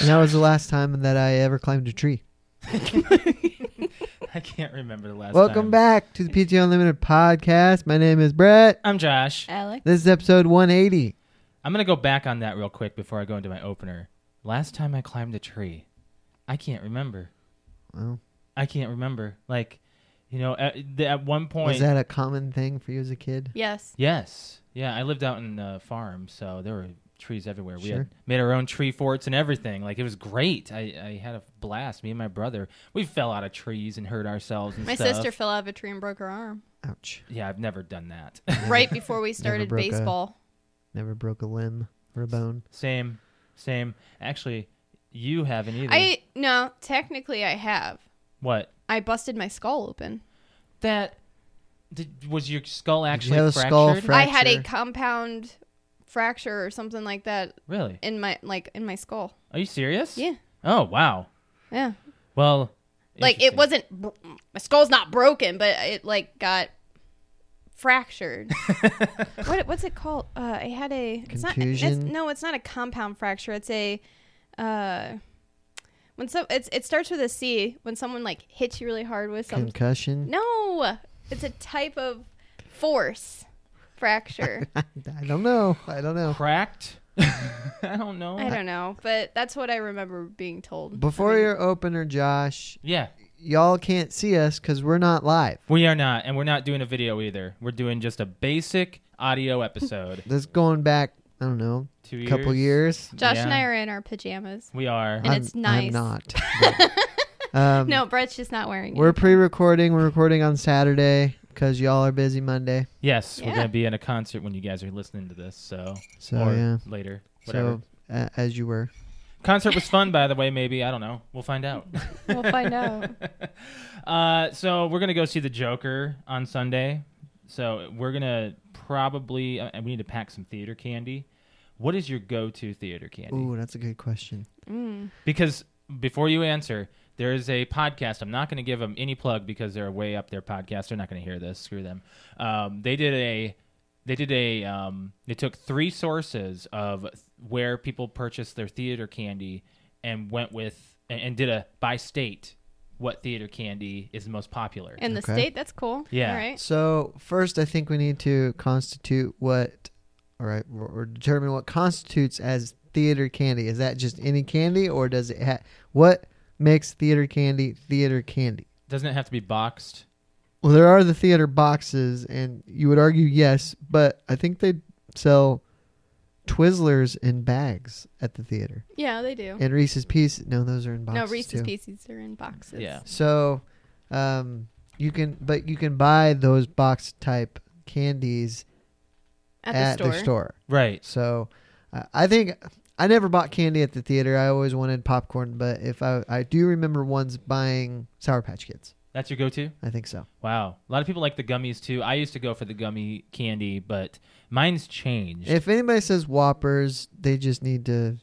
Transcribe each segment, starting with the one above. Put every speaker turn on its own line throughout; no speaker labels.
And that was the last time that I ever climbed a tree.
I can't remember the last
Welcome back to the PTO Unlimited podcast. My name is Brett.
I'm Josh.
Alex,
This is episode 180.
I'm going to go back on that real quick before I go into my opener. Last time I climbed a tree, I can't remember.
Well,
I can't remember. Like, you know, at, the- at one point.
was that a common thing for you as a kid?
yes,
Yes. Yeah, I lived out in a farm, so there were trees everywhere. We
Sure.
had made our own tree forts and everything. Like, it was great. I, I had a blast. Me and my brother, we fell out of trees and hurt ourselves and
my
stuff.
sister fell out of a tree and broke her arm
Ouch.
Yeah, I've never done that.
right before we started
broke a-
baseball.
Never broke a limb or a bone.
same. Same. Actually, you haven't either.
I no, technically I have.
What?
I busted my skull open.
That. Did, was your skull actually
have a
fractured?
skull fra-
I had a
Fracture.
compound fracture or something like that
really?
in my like in my skull.
Are you serious?
Yeah.
Oh wow.
Yeah.
Well,
Like it
interesting.
wasn't br- my skull's not broken, but it like got fractured. what what's it called? Uh I had a it's not- it's-
Contusion?
no, it's not a compound fracture. It's a uh when so it's it starts with a C when someone like hits you really hard with something.
Concussion.
No, it's a type of force fracture.
I don't know. I don't know.
cracked. I don't know.
I don't know, but that's what I remember being told.
Before
I mean,
your opener, Josh,
Yeah,
y'all can't see us because we're not live.
we are not, and we're not doing a video either. We're doing just a basic audio episode.
This going back, I don't know,
Two
a
years.
couple years.
Josh and
Yeah.
I are in our pajamas.
We are.
And it's nice.
I'm not. but, um,
No, Brett's just not wearing
We're
it.
pre-recording. We're recording on Saturday because y'all are busy Monday.
yes, we're
Yeah.
gonna be in a concert when you guys are listening to this. So,
So
or
yeah.
later, whatever.
So uh, as you were,
concert was fun, by the way. Maybe I don't know. We'll find out.
We'll find out.
Uh, so we're gonna go see the Joker on Sunday. So we're gonna probably uh, we need to pack some theater candy. What is your go-to theater candy?
ooh, that's a good question.
Mm.
Because before you answer, there is a podcast. I'm not going to give them any plug because they're way up their podcast. They're not going to hear this. Screw them. Um, they did a. They did a. Um, they took three sources of where people purchased their theater candy and went with and, and did a by state what theater candy is the most popular.
In the
Okay.
state, that's cool.
Yeah.
All right.
So first, I think we need to constitute what, all right, or or determine what constitutes as theater candy. Is that just any candy, or does it ha- what makes theater candy theater candy?
Doesn't it have to be boxed?
Well, there are the theater boxes, and you would argue yes, but I think they sell Twizzlers in bags at the theater,
Yeah, they do.
and Reese's Pieces. No, those are in boxes.
Oh. no, Reese's
too.
Pieces are in boxes.
Yeah.
So, um, you can, but you can buy those box type candies
At, the store.
Right.
So, uh, I think I never bought candy at the theater. I always wanted popcorn, but if I I do remember once buying Sour Patch Kids.
That's your go-to.
I think so.
Wow. A lot of people like the gummies too. I used to go for the gummy candy, but mine's changed.
If anybody says Whoppers, they just need to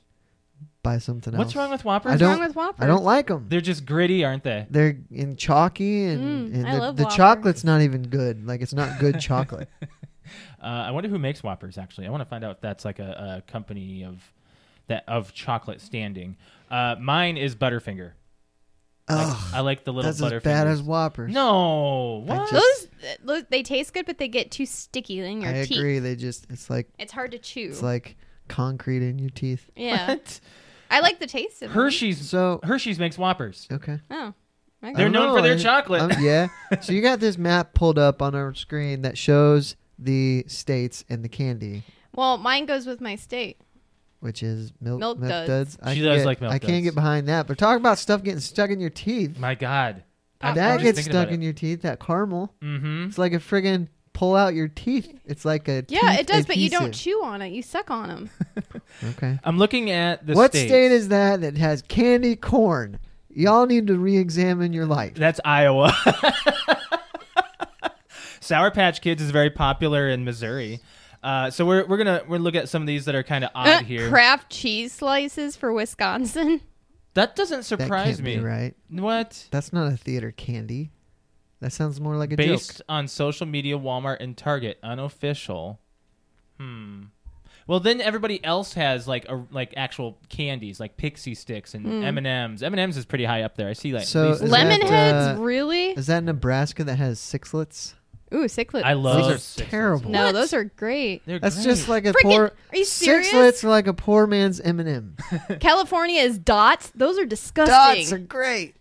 buy something
What's
else.
wrong with Whoppers?
I
What's
don't-
wrong with Whopper?
I don't like them.
They're just gritty, aren't they?
They're in chalky and,
Mm,
and
I
the,
love
the
Whopper.
chocolate's not even good. Like it's not good chocolate.
Uh, I wonder who makes Whoppers. Actually, I want to find out if that's like a, a company of that of chocolate standing. Uh, mine is Butterfinger. Like,
Ugh,
I like the little
that's as
Butterfinger.
bad as Whoppers.
no,
I
what?
just-
Those, those they taste good, but they get too sticky in your
I
teeth.
agree. They just it's like
It's hard to chew.
it's like concrete in your teeth.
yeah,
What?
I like the taste of them.
Hershey's
So
Hershey's makes Whoppers.
okay.
Oh,
They're
I
I
got-
don't
known for
know,
their
I-
chocolate.
um, yeah. So you got this map pulled up on our screen that shows the states and the candy,
well, mine goes with my state.
which is milk,
Milk Duds.
I
She
can
does
get-
like Milk
I can't
Duds.
get behind that. But talk about stuff getting stuck in your teeth.
My God,
Uh,
Popcorn.
that
Just
gets
thinking
stuck
about
in your teeth. That caramel.
Mm-hmm.
It's like a friggin' pull out your teeth. It's like a
Yeah,
teeth
it does, but you don't
adhesive.
chew on it. You suck on them.
Okay.
I'm looking at the
what
states.
state is that that has candy corn? Y'all need to re-examine your life.
That's Iowa. Sour Patch Kids is very popular in Missouri. Uh, so we're we're gonna we're look at some of these that are kind of odd here.
Kraft cheese slices for Wisconsin.
That doesn't
That
surprise
can't
me.
be right.
What?
That's not a theater candy. That sounds more like a
Based
joke.
on social media, Walmart and Target, unofficial. Hmm. Well, then everybody else has like a, like actual candies, like Pixie sticks and M and M's. M and M's is pretty high up there. I see like
So
these-
Is
Lemon
that,
heads,
uh,
really?
Is that Nebraska that has sixlets?
Ooh, cichlets.
I love
These are
Sixers.
terrible.
No,
What?
those are great.
They're
That's
great.
just like a
Frickin-
poor.
are you serious?
Sixlets are like a poor man's M&M.
California is dots. Those are disgusting.
Dots are great.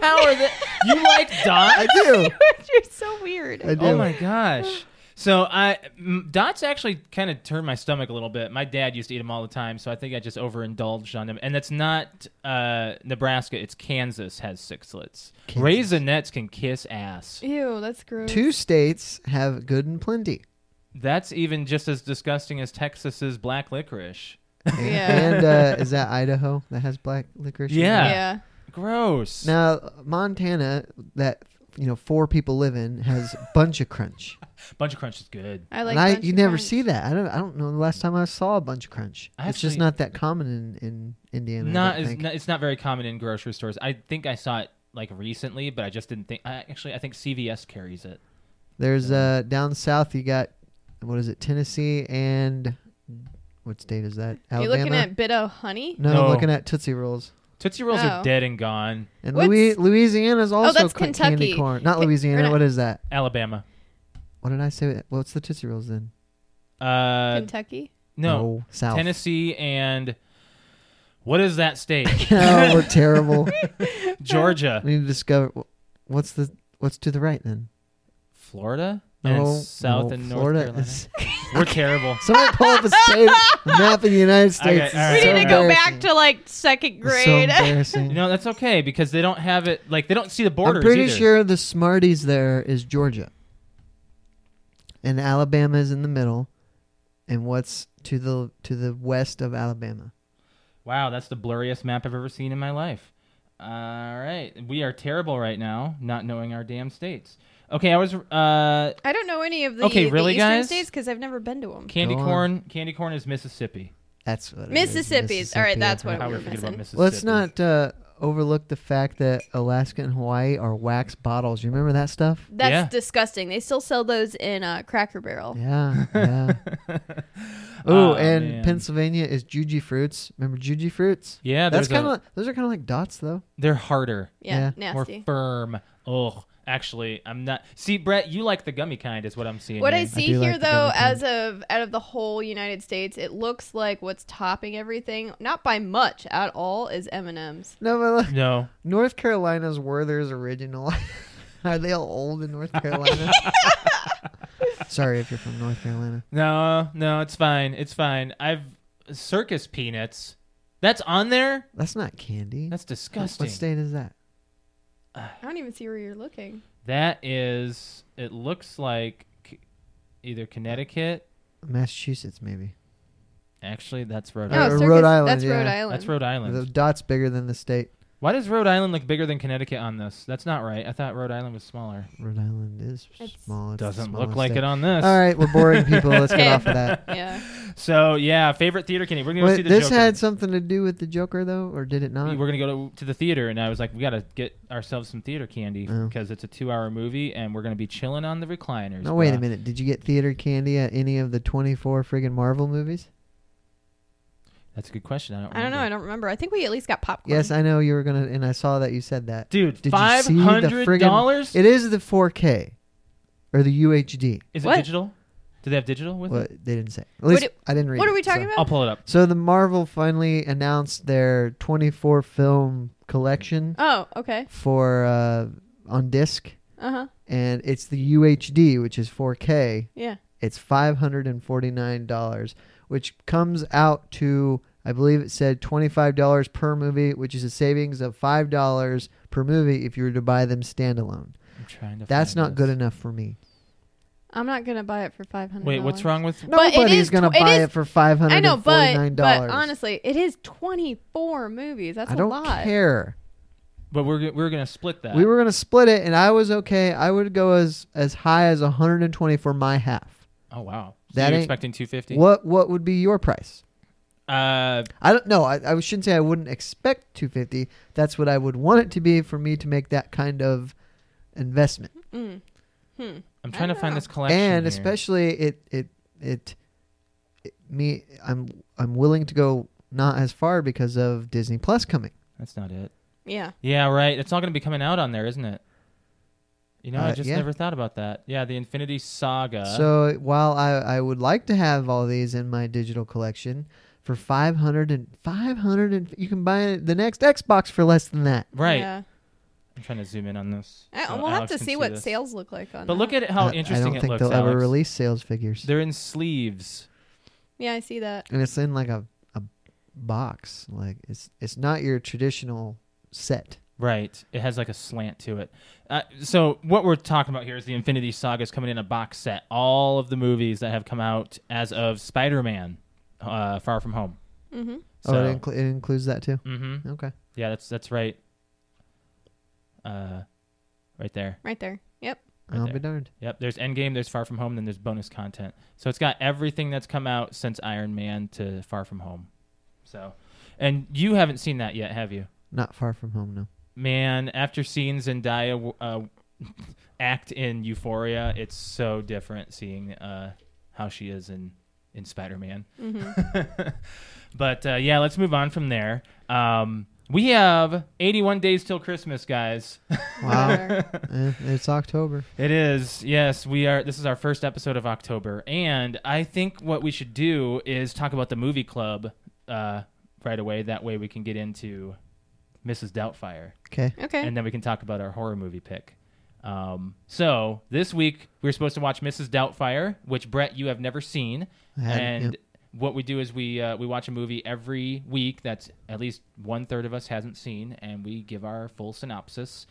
how are they? you like dots?
I do.
You're so weird.
I do.
Oh my gosh. So I m- dots actually kind of turned my stomach a little bit. My dad used to eat them all the time, so I think I just overindulged on them. And that's not uh, Nebraska; it's Kansas has sixlets.
Kansas.
Raisinets can kiss ass.
Ew, that's gross.
Two states have good and plenty.
That's even just as disgusting as Texas's black licorice.
Yeah.
And uh, is that Idaho that has black licorice?
Yeah.
yeah.
Gross.
Now Montana, that you know four people live in, has bunch of crunch.
Bunch of crunch is good.
I like
and I
Bunch
you
of
never
Crunch.
see that. I don't I don't know the last time I saw a bunch of crunch.
I
it's just
actually-
not that common in, in Indiana. I
Not,
don't
as,
think.
not it's not very common in grocery stores. I think I saw it like recently, but I just didn't think. I, actually, I think CVS carries it.
There's uh down south you got what is it Tennessee and what state is that
You're
Alabama?
looking at bit of honey?
no,
No.
I'm looking at Tootsie Rolls.
Tootsie rolls
Oh.
are dead and gone.
And
What's- Oh,
Louis, Louisiana's also
that's
ca- candy
Kentucky.
corn. Not
Wait,
Louisiana.
or not-
What is that?
Alabama.
What did I say? What's the Tootsie Rolls then?
Uh,
Kentucky?
Oh,
no,
South.
Tennessee and what is that state?
oh, we're terrible.
Georgia,
We need to discover wh- what's the what's to the right then.
Florida, and
No,
South
no,
and North
Florida
Carolina.
is-
We're terrible.
Somebody pull up a state a map of the United States.
all
We
right,
It's so
need to go back
embarrassing.
to like second
It's
grade.
So embarrassing.
No, that's okay because they don't have it. Like they don't see the borders.
I'm pretty
either.
sure the Smarties there is Georgia, and Alabama is in the middle. And what's to the to the west of Alabama?
Wow, that's the blurriest map I've ever seen in my life. All right, we are terrible right now, not knowing our damn states. Okay, I was uh,
I don't know any of the,
Okay,
the
really,
Eastern
guys?
states because I've never been to them.
candy
Go on.
corn. Candy corn is Mississippi.
That's what it is,
Mississippi's. All right, that's
okay.
what
How
we
we
were
forget about
missing.
Mississippi?
Let's not uh, overlook the fact that Alaska and Hawaii are wax bottles. You remember that stuff?
That's
Yeah.
disgusting. They still sell those in uh, Cracker Barrel.
Yeah, yeah. oh,
Oh,
and
man.
Pennsylvania is Juji fruits. Remember Juji fruits?
Yeah,
That's
there's
kind
a-
of those are kind of like dots though.
They're harder.
Yeah,
More
nasty.
firm. Oh, actually, I'm not. See, Brett, you like the gummy kind, is what I'm seeing.
What
here.
I see
do
here,
like the
though,
gummy kind.
as of out of the whole United States, it looks like what's topping everything, not by much at all, is M and M's.
No, but look,
No,
North Carolina's Werther's original. are they all old in North Carolina? Sorry if you're from North Carolina.
no, no. It's fine. It's fine. I've circus peanuts. That's on there.
That's not candy.
That's disgusting.
What state is that?
I don't even see where you're looking.
That is. It looks like c- either Connecticut.
Massachusetts, maybe.
Actually, that's Rhode
No,
Island.
or
circus-
Rhode Island,
That's
yeah.
Rhode Island.
That's Rhode Island.
The dot's bigger than the state.
Why does Rhode Island look bigger than Connecticut on this? That's not right. I thought Rhode Island was smaller.
Rhode Island is
It's-
small. It's the
Doesn't look
smallest
like
state.
it on this.
All right, we're boring people. Let's get
Okay.
off of that.
yeah.
So yeah, favorite theater candy. We're gonna go see
Wait,
the
this uh,
Joker.
had something to do with the Joker, though, or did it
we
not?
were gonna go to, to the theater, and I was like, we gotta get ourselves some theater candy
Oh.
because it's a two-hour movie, and we're gonna be chilling on the recliners.
No, wait a
bruh.
minute. Did you get theater candy at any of the 24 friggin' Marvel movies?
That's a good question. I don't.
I don't know. I don't remember. I think we at least got popcorn.
Yes, I know you were gonna, and I saw that you said that.
Dude,
Did you
five
see the friggin-
hundred dollars.
It is the 4K or the UHD.
Is it
What?
digital? Do they have digital with
What
it?
they didn't say. At least
do-
I didn't read.
what are
it,
we talking
so.
about?
I'll pull it up.
So the Marvel finally announced their 24 film collection
Oh, okay.
for uh, on disc,
Uh huh.
and it's the UHD, which is 4K.
Yeah.
It's five hundred and forty nine dollars, which comes out to I believe it said $25 per movie, which is a savings of $5 per movie if you were to buy them standalone.
I'm trying to.
That's
find
not
this.
good enough for me.
I'm not gonna buy it for five hundred.
Wait, what's wrong with?
But it
Nobody's
is
going to
tw- it
buy
is-
it for $549.
I know, but but honestly, it is twenty four movies. That's
I
a
don't
lot.
care.
But we're g- we're gonna split that.
We were gonna split it, and I was okay. I would go as as high as 120 for my half.
Oh wow. So
That
you're
ain't-
expecting 250.
What what would be your price?
Uh,
I don't know. I, I shouldn't say I wouldn't expect 250. That's what I would want it to be for me to make that kind of investment.
Mm. Hmm.
I'm trying to
don't
find
know.
this collection.
and
here.
especially it, it it it me I'm I'm willing to go not as far because of Disney Plus coming.
That's not it.
Yeah.
Yeah, right. It's not gonna be coming out on there, isn't it? You know, I
Uh,
just
yeah.
never thought about that. Yeah, the Infinity Saga.
So while I, I would like to have all these in my digital collection for 500 and 500 and you can buy the next Xbox for less than that.
right.
Yeah.
I'm trying to zoom in on this.
I-
so
we'll
Alex
have to
can
see what
this.
sales look like on.
But look
that.
at how
I-
interesting
I don't
it
think
looks.
they'll ever
Alex.
release sales figures.
They're in sleeves.
Yeah, I see that.
and it's in like a, a box. Like it's it's not your traditional set.
Right. It has like a slant to it. Uh, so what we're talking about here is the Infinity Saga is coming in a box set. All of the movies that have come out as of Spider-Man, uh, Far From Home.
hmm
So,
oh, it, inclu- it includes that too.
hmm
Okay.
Yeah, that's that's right. Uh, right there.
Right there. Yep.
Right
I'll
there.
be darned.
Yep. There's Endgame. There's Far From Home. Then there's bonus content. So it's got everything that's come out since Iron Man to Far From Home. So, and you haven't seen that yet, have you?
Not far from home, no.
man, after seeing Zendaya uh, act in Euphoria, it's so different seeing uh, how she is in in Spider Man.
hmm
But uh, yeah, let's move on from there. Um, we have 81 days till Christmas, guys.
Wow. Eh, it's October.
It is. Yes, we are. This is our first episode of October, and I think what we should do is talk about the movie club uh, right away. That way, we can get into Mrs. Doubtfire.
Okay.
okay.
and then we can talk about our horror movie pick. Um, so this week we were supposed to watch Mrs. Doubtfire, which Brett you have never seen,
I had-
and
yep.
what we do is we uh, we watch a movie every week that's at least one third of us hasn't seen, and we give our full synopsis.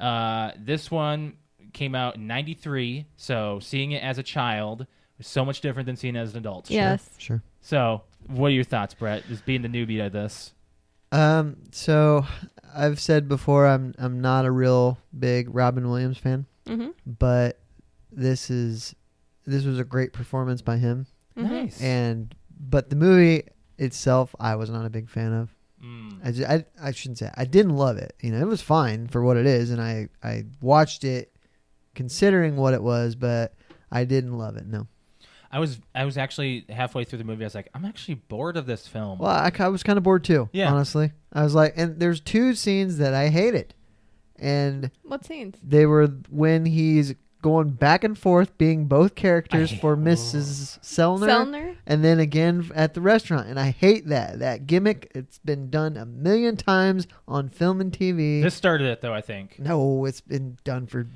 Uh, this one came out in '93, so seeing it as a child was so much different than seeing it as an adult.
Yes.
Sure.
So, what are your thoughts, Brett? Just being the newbie to this.
Um, so I've said before I'm I'm not a real big Robin Williams fan,
hmm
but this is this was a great performance by him.
Mm-hmm.
Nice.
And but the movie itself I was not a big fan of.
Mm.
I, ju- I, I shouldn't say I didn't love it. You know, it was fine for what it is, and I I watched it considering what it was, but I didn't love it. No,
I was I was actually halfway through the movie. I was like, I'm actually bored of this film.
well, I, ki- I was kind of bored too.
Yeah.
honestly, I was like, and there's two scenes that I hated, and
What scenes?
they were when he's going back and forth being both characters
I-
for Mrs. Selner,
Selner.
and then again f- at the restaurant, and I hate that that gimmick. It's been done a million times on film and TV.
This started it though, I think.
No, it's been done for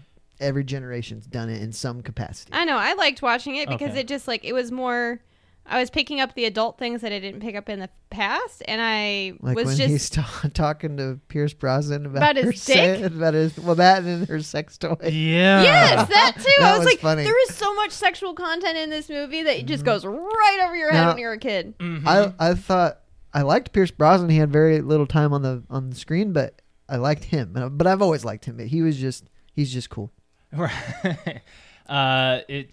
every generation's done it in some capacity.
I know. I liked watching it because
Okay.
it just like it was more. I was picking up the adult things that I didn't pick up in the past, and I
Like
was
when
just
he's ta- talking to Pierce Brosnan about,
About
her
his dick?
se- about his well that and her sex toy.
Yeah.
yes, that too.
That
I was,
was
like,
funny. Mm-hmm.
there is so much sexual content in this movie that it just goes right over your head
Now-
when you're a kid.
Mhm.
I I thought I liked Pierce Brosnan. He had very little time on the on the screen, but I liked him. And I- But I've always liked him. He was just he's just cool.
Right. uh, it.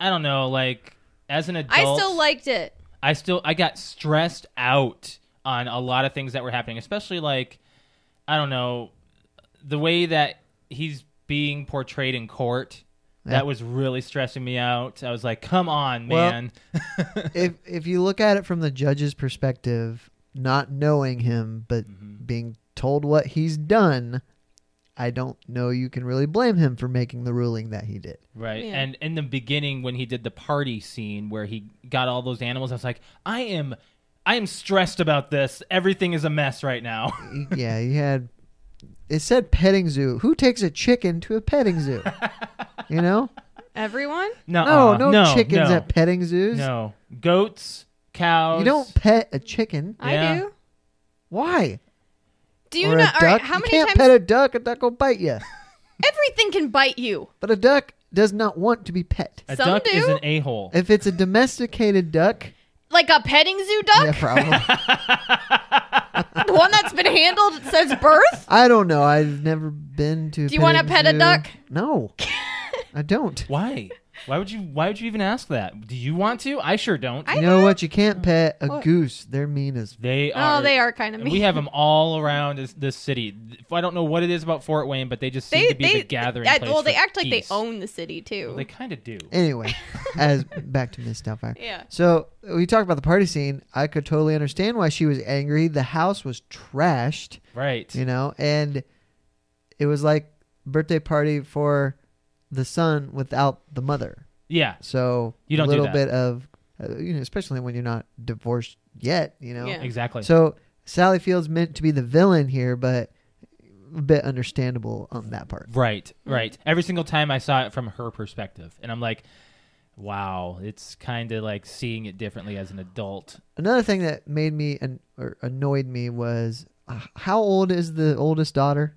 I don't know. Like as an adult,
I still liked it.
I still I got stressed out on a lot of things that were happening, especially like I don't know the way that he's being portrayed in court.
Yeah.
That was really stressing me out. I was like, "Come on,
Well,
man!"
if if you look at it from the judge's perspective, not knowing him but being told what he's done, I don't know you can really blame him for making the ruling that he did.
Right.
Yeah.
And in the beginning when he did the party scene where he got all those animals, I was like, I am I am stressed about this. Everything is a mess right now.
yeah, he had. It said petting zoo. Who takes a chicken to a petting zoo? you know,
Everyone?
no,
no,
uh,
no,
no
chickens
no,
at petting zoos.
No. Goats, cows.
You don't pet a chicken.
Yeah.
I do.
Why?
Do you
or
know?
a
All
duck?
right, how many
you can't
times?
pet a duck. A duck will bite you.
everything can bite you.
But a duck does not want to be pet.
A
Some
duck
do.
is an a hole.
If it's a domesticated duck,
Like a petting zoo duck,
yeah, probably.
the one that's been handled since birth.
I don't know. I've never been to.
Do you wanna
petting
pet a
zoo.
duck?
No, I don't.
Why? Why would you? Why would you even ask that? Do you want to? I sure don't.
I
you know
know.
what? You can't pet a
What?
goose. They're mean as.
they are.
Oh, they are kind of
and
mean.
We have them all around this, this city. I don't know what it is about Fort Wayne, but they just seem
they
to be
they
the gathering
uh,
place
well, they
for
act like
geese.
they own the city too.
Well, they kind of do.
Anyway, as back to Miss Doubtfire.
yeah.
So we talked about the party scene. I could totally understand why she was angry. The house was trashed,
Right.
you know, and it was like birthday party for the son without the mother.
Yeah.
So
You don't
a
do
little
that.
bit of, uh, you know, especially when you're not divorced yet, you know.
Yeah.
Exactly.
So Sally Field's meant to be the villain here, but a bit understandable on that part.
Right,
Mm.
right. Every single time I saw it from her perspective, and I'm like, wow, it's kind of like seeing it differently as an adult.
Another thing that made me an, or annoyed me was uh, how old is the oldest daughter?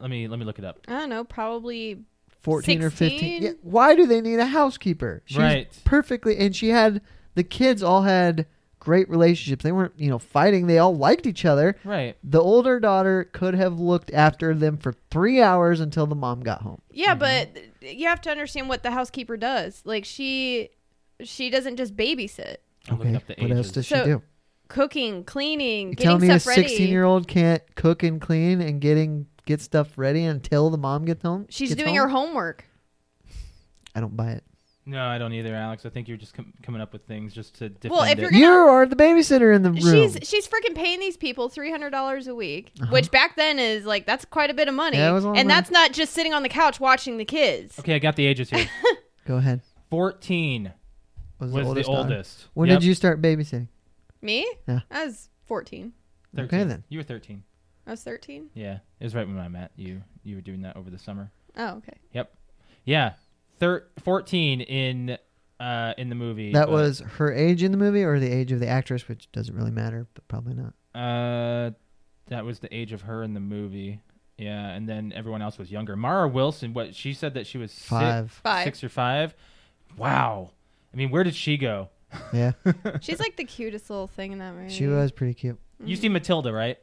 Let me let me look it up.
I don't know. Probably
14 or 15.
16?
Yeah, why do they need a housekeeper? She's
Right.
perfectly and she had the kids all had great relationships. They weren't, you know, fighting. They all liked each other.
Right.
The older daughter could have looked after them for 3 hours until the mom got home.
Yeah, but th- you have to understand what the housekeeper does. Like she she doesn't just babysit.
I'm looking up the
what else
ages.
does
So,
she do?
Cooking, cleaning,
You
getting
tell me a
stuff ready.
16-year-old can't cook and clean and getting get stuff ready until the mom gets home?
She's
gets
doing
home?
her homework.
I don't buy it.
no, I don't either, Alex. I think you're just com- coming up with things just to defend
Well, if
it.
you're gonna-
You are the babysitter in the room.
She's she's freaking paying these people three hundred dollars a week, which back then is like that's quite a bit of money.
Uh-huh. Yeah, it was a lot of
and
money.
that's not just sitting on the couch watching the kids.
okay, I got the ages here.
Go ahead.
14 was
Was, the oldest.
the
daughter.
oldest.
When
Yep,
did you start babysitting?
Me?
Yeah.
I was fourteen.
13.
Okay then.
You were 13.
I was thirteen.
Yeah, it was right when I met you. You were doing that over the summer.
Oh, okay.
Yeah, thir- 14 in uh in the movie.
That
but,
was her age in the movie or the age of the actress, which doesn't really matter, but probably not.
Uh, that was the age of her in the movie. Yeah, and then everyone else was younger. Mara Wilson, what she said that she was si-
Five.
Five.
six or five. Wow. I mean, where did she go?
Yeah.
She's like the cutest little thing in that movie.
She was pretty cute.
Mm.
You see Matilda, right?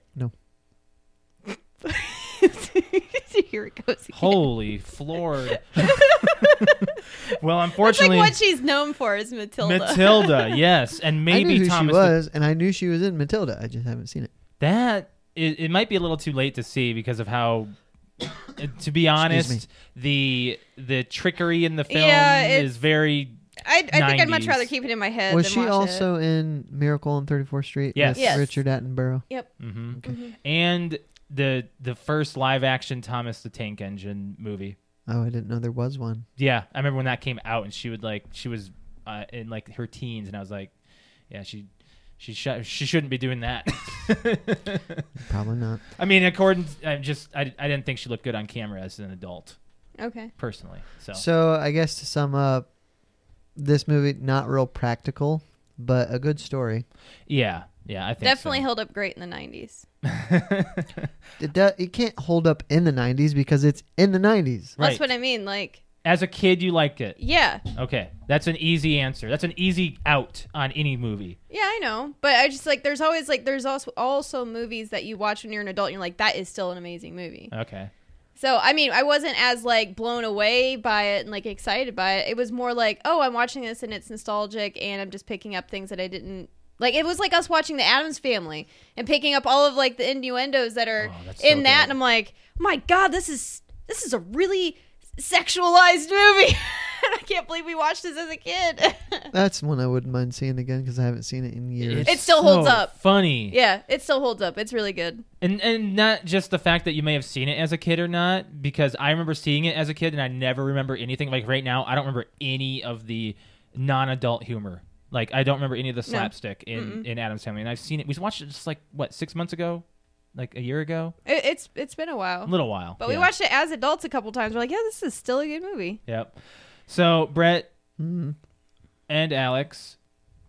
Here it goes. Again.
Holy floored. well,
That's like
unfortunately,
what she's known for is Matilda.
Matilda, yes, and
I knew
maybe
who
Thomas.
she
the-
was, and I knew she was in Matilda. I just haven't seen it.
that it, it might be a little too late to see because of how. to be honest, the the trickery in the film
Yeah, it's-
is very
I, I think I'd much
90s.
rather keep it in my head.
was
than
she
watch
also
It.
in Miracle on 34th Street
Yes.
with
Yes.
Richard Attenborough?
Mm-hmm.
Okay.
And the the first live action Thomas the Tank Engine movie.
Oh, I didn't know there was one.
Yeah, I remember when that came out, and she would like she was uh, in like her teens, and I was like, yeah, she she sh- she shouldn't be doing that.
Probably not.
I mean, according I just I, I didn't think she looked good on camera as an adult
Okay.
personally. So
So I guess to sum up, this movie not real practical, but a good story.
yeah, yeah, I think
Definitely
so.
held up great in the 90s.
It do, it can't hold up in the '90s because it's in the '90s.
Right.
That's what I mean. Like,
As a kid, you liked it.
yeah.
Okay, that's an easy answer. That's an easy out on any movie.
Yeah, I know. But I just like, there's always like, there's also also movies that you watch when you're an adult and you're like, that is still an amazing movie.
Okay,
So, I mean, I wasn't as like blown away by it and like excited by it. It was more like, oh, I'm watching this and it's nostalgic and I'm just picking up things that I didn't. Like it was like us watching the Adams Family and picking up all of like the innuendos that are
Oh, that's so
in that,
good.
and I'm like, my God, this is this is a really sexualized movie. And I can't believe we watched this as a kid.
That's one I wouldn't mind seeing again because I haven't seen it in years.
It still holds up.
Funny.
yeah, it still holds up. It's really good.
And and not just the fact that you may have seen it as a kid or not, because I remember seeing it as a kid and I never remember anything. Like right now, I don't remember any of the non-adult humor. Like I don't remember any of the slapstick in in Adam's Family. And I've seen it. We watched it just like what six months ago, like a year ago,
It, it's it's been a
a
while,
little while.
Oh. but we
yeah.
watched it as adults a couple times. We're like, yeah, this is still a good movie.
Yep. So Brett
Mm.
and Alex,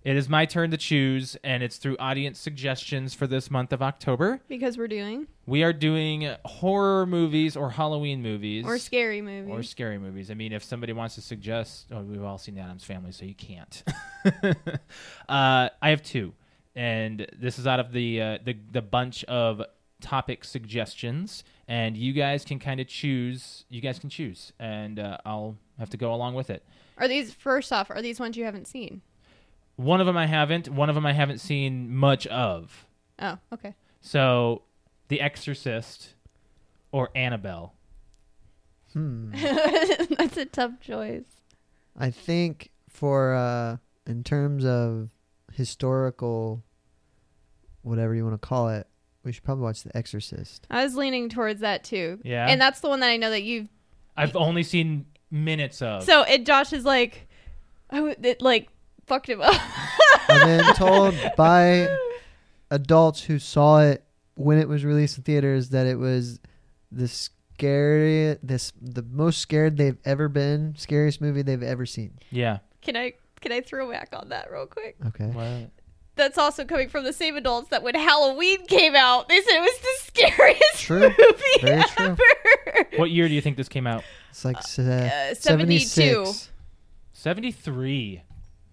It is my turn to choose, and it's through audience suggestions for this month of October.
Because we're doing
We are doing horror movies or Halloween movies
or scary
or
movies.
scary movies. I mean, if somebody wants to suggest, oh, we've all seen The Adams Family, so you can't. uh, I have two, and this is out of the uh, the the bunch of topic suggestions, and you guys can kind of choose. You guys can choose, and uh, I'll have to go along with it.
are these first off? Are these ones you haven't seen?
One of them I haven't. One of them I haven't seen much of.
Oh, okay.
So, The Exorcist or Annabelle.
Hmm.
That's a tough choice.
I think for uh, in terms of historical, whatever you want to call it, we should probably watch The Exorcist.
I was leaning towards that too.
Yeah.
And that's the one that I know that you've.
I've only seen minutes of.
So and Josh is like, I would it like fucked him up.
I've been told by adults who saw it when it was released in theaters that it was the scary, this the most scared they've ever been, scariest movie they've ever seen.
yeah.
can I can I throw back on that real quick?
Okay,
What?
That's also coming from the same adults that when Halloween came out, they said it was the scariest
True.
movie
Very true.
ever.
What year do you think this came out?
it's like se-
uh,
76.
72.
73.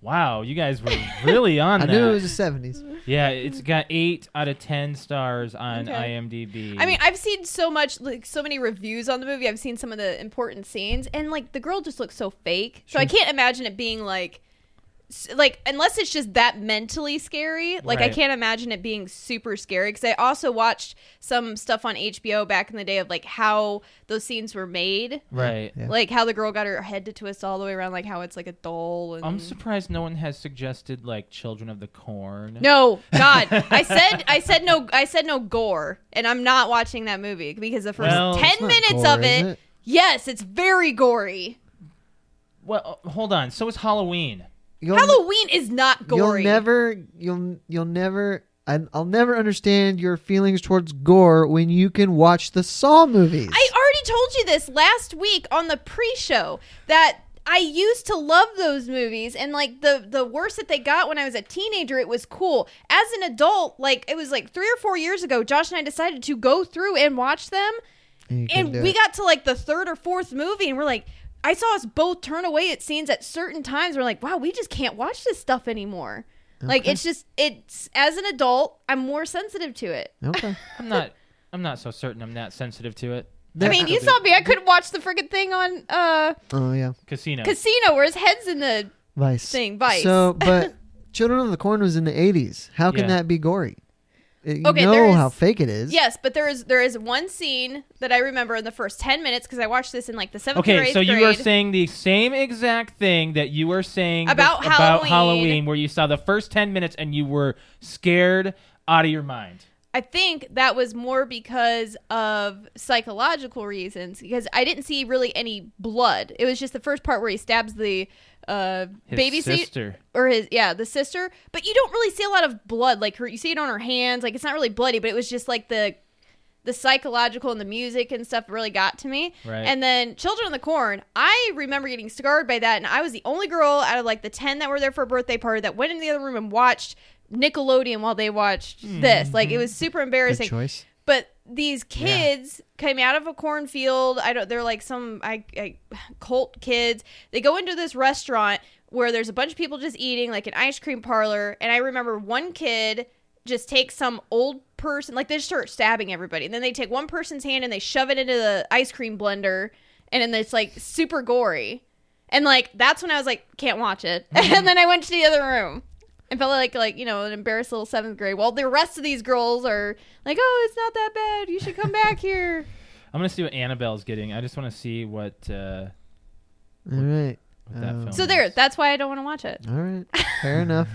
Wow, you guys were really on
I
that.
knew it was the seventies.
yeah, it's got 8 out of 10 stars on
Okay.
IMDb.
I mean, I've seen so much, like so many reviews on the movie. I've seen some of the important scenes, and like the girl just looks so fake. So I can't imagine it being like, s- like unless it's just that mentally scary. Like I
Right.
can't imagine it being super scary. Because I also watched some stuff on HBO back in the day of like how those scenes were made,
right.
Yeah.
like how the girl got her head to twist all the way around, like how it's like a doll. And
I'm surprised no one has suggested like Children of the Corn.
No, God, I said, I said no, I said no gore, and I'm not watching that movie because the first
Well,
ten
It's not
minutes
gore,
of
is
it, yes, it's very gory.
Well, uh, hold on. So is Halloween.
You'll-
Halloween is not gory.
You'll never, you'll, you'll never, I, I'll never understand your feelings towards gore when you can watch the Saw movies.
I already told you this last week on the pre-show that I used to love those movies, and like the the worst that they got when I was a teenager, it was cool. As an adult, like it was like three or four years ago, Josh and I decided to go through and watch them.
and uh, you couldn't
and
do
we
it.
got to like the third or fourth movie and we're like i saw us both turn away at scenes at certain times we're like wow we just can't watch this stuff anymore like
Okay.
it's just it's as an adult i'm more sensitive to it
okay.
I'm not I'm not so certain I'm that sensitive to it.
i
There-
mean you saw me i couldn't watch the freaking thing on uh
oh yeah,
Casino.
casino where his head's in the
Vice.
thing vice
So, but Children of the Corn was in the eighties. How can
Yeah.
that be gory? It- You
Okay, there
know
is-
how fake it is.
yes but there is there is one scene that i remember in the first 10 minutes because i watched this in like the seventh or
Okay,
eighth
so you are
grade
saying the same exact thing that you were saying bef-
About
about
Halloween.
Halloween, where you saw the first 10 minutes and you were scared out of your mind.
I think that was more because of psychological reasons because I didn't see really any blood. It was just the first part where he stabs the uh
His
baby
sister.
or his yeah, the sister, but you don't really see a lot of blood like her you see it on her hands, like it's not really bloody, but it was just like the the psychological and the music and stuff really got to me.
Right.
And then Children of the Corn, I remember getting scarred by that, and I was the only girl out of like the ten that were there for a birthday party that went in the other room and watched Nickelodeon while they watched this. Like it was super
Good
embarrassing.
choice.
But these kids came out of a cornfield. I don't. They're like some I, I cult kids. They go into this restaurant where there's a bunch of people just eating, like an ice cream parlor. And I remember one kid just takes some old person, like they just start stabbing everybody. And then they take one person's hand and they shove it into the ice cream blender, and then it's like super gory. And like that's when I was like, can't watch it. and then I went to the other room and felt like like you know an embarrassed little seventh grade. While the rest of these girls are like, oh, it's not that bad. You should come back here.
I'm gonna see what Annabelle's getting. I just want to see what uh,
All right.
what that
Um,
film.
So
is.
there, that's why I don't want to watch it.
All right. Fair enough.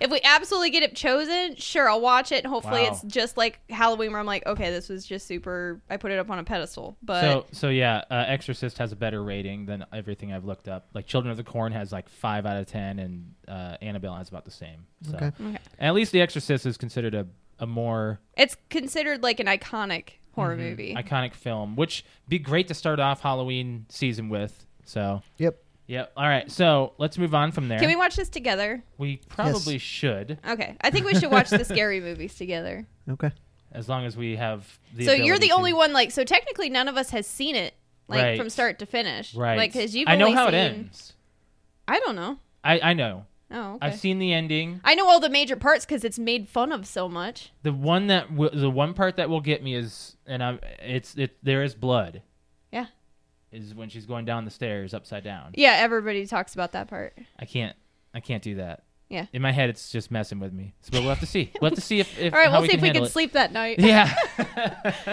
If we absolutely get it chosen, sure, I'll watch it. And hopefully,
Wow.
it's just like Halloween, where I'm like, okay, this was just super. I put it up on a pedestal, but
So so yeah, uh, Exorcist has a better rating than everything I've looked up. Like Children of the Corn has like five out of ten, and uh, Annabelle has about the same. So
Okay.
Okay.
at least The Exorcist is considered a a more
it's considered like an iconic
Mm-hmm.
horror movie.
iconic film, which be great to start off Halloween season with. So
Yep.
Yep. All right. So let's move on from there.
Can we watch this together?
we probably should,
Okay. I think we should watch the scary movies together.
Okay.
as long as we have the.
so you're
ability
the
to-
only one like so technically none of us has seen it like
Right.
from start to finish.
Right.
Like cuz you've
I know
only
how
seen,
it ends.
I don't know.
I, I know.
Oh, okay.
I've seen the ending.
I know all the major parts cuz it's made fun of so much.
The one that w- the one part that will get me is, and I'm it's it. There is blood.
Yeah.
Is when she's going down the stairs upside down.
Yeah, everybody talks about that part.
I can't. I can't do that.
Yeah.
In my head, it's just messing with me. So, but we'll have to see. We'll have to see if. if
All right,
how
we'll see if we
handle
can
it.
sleep that night.
Yeah.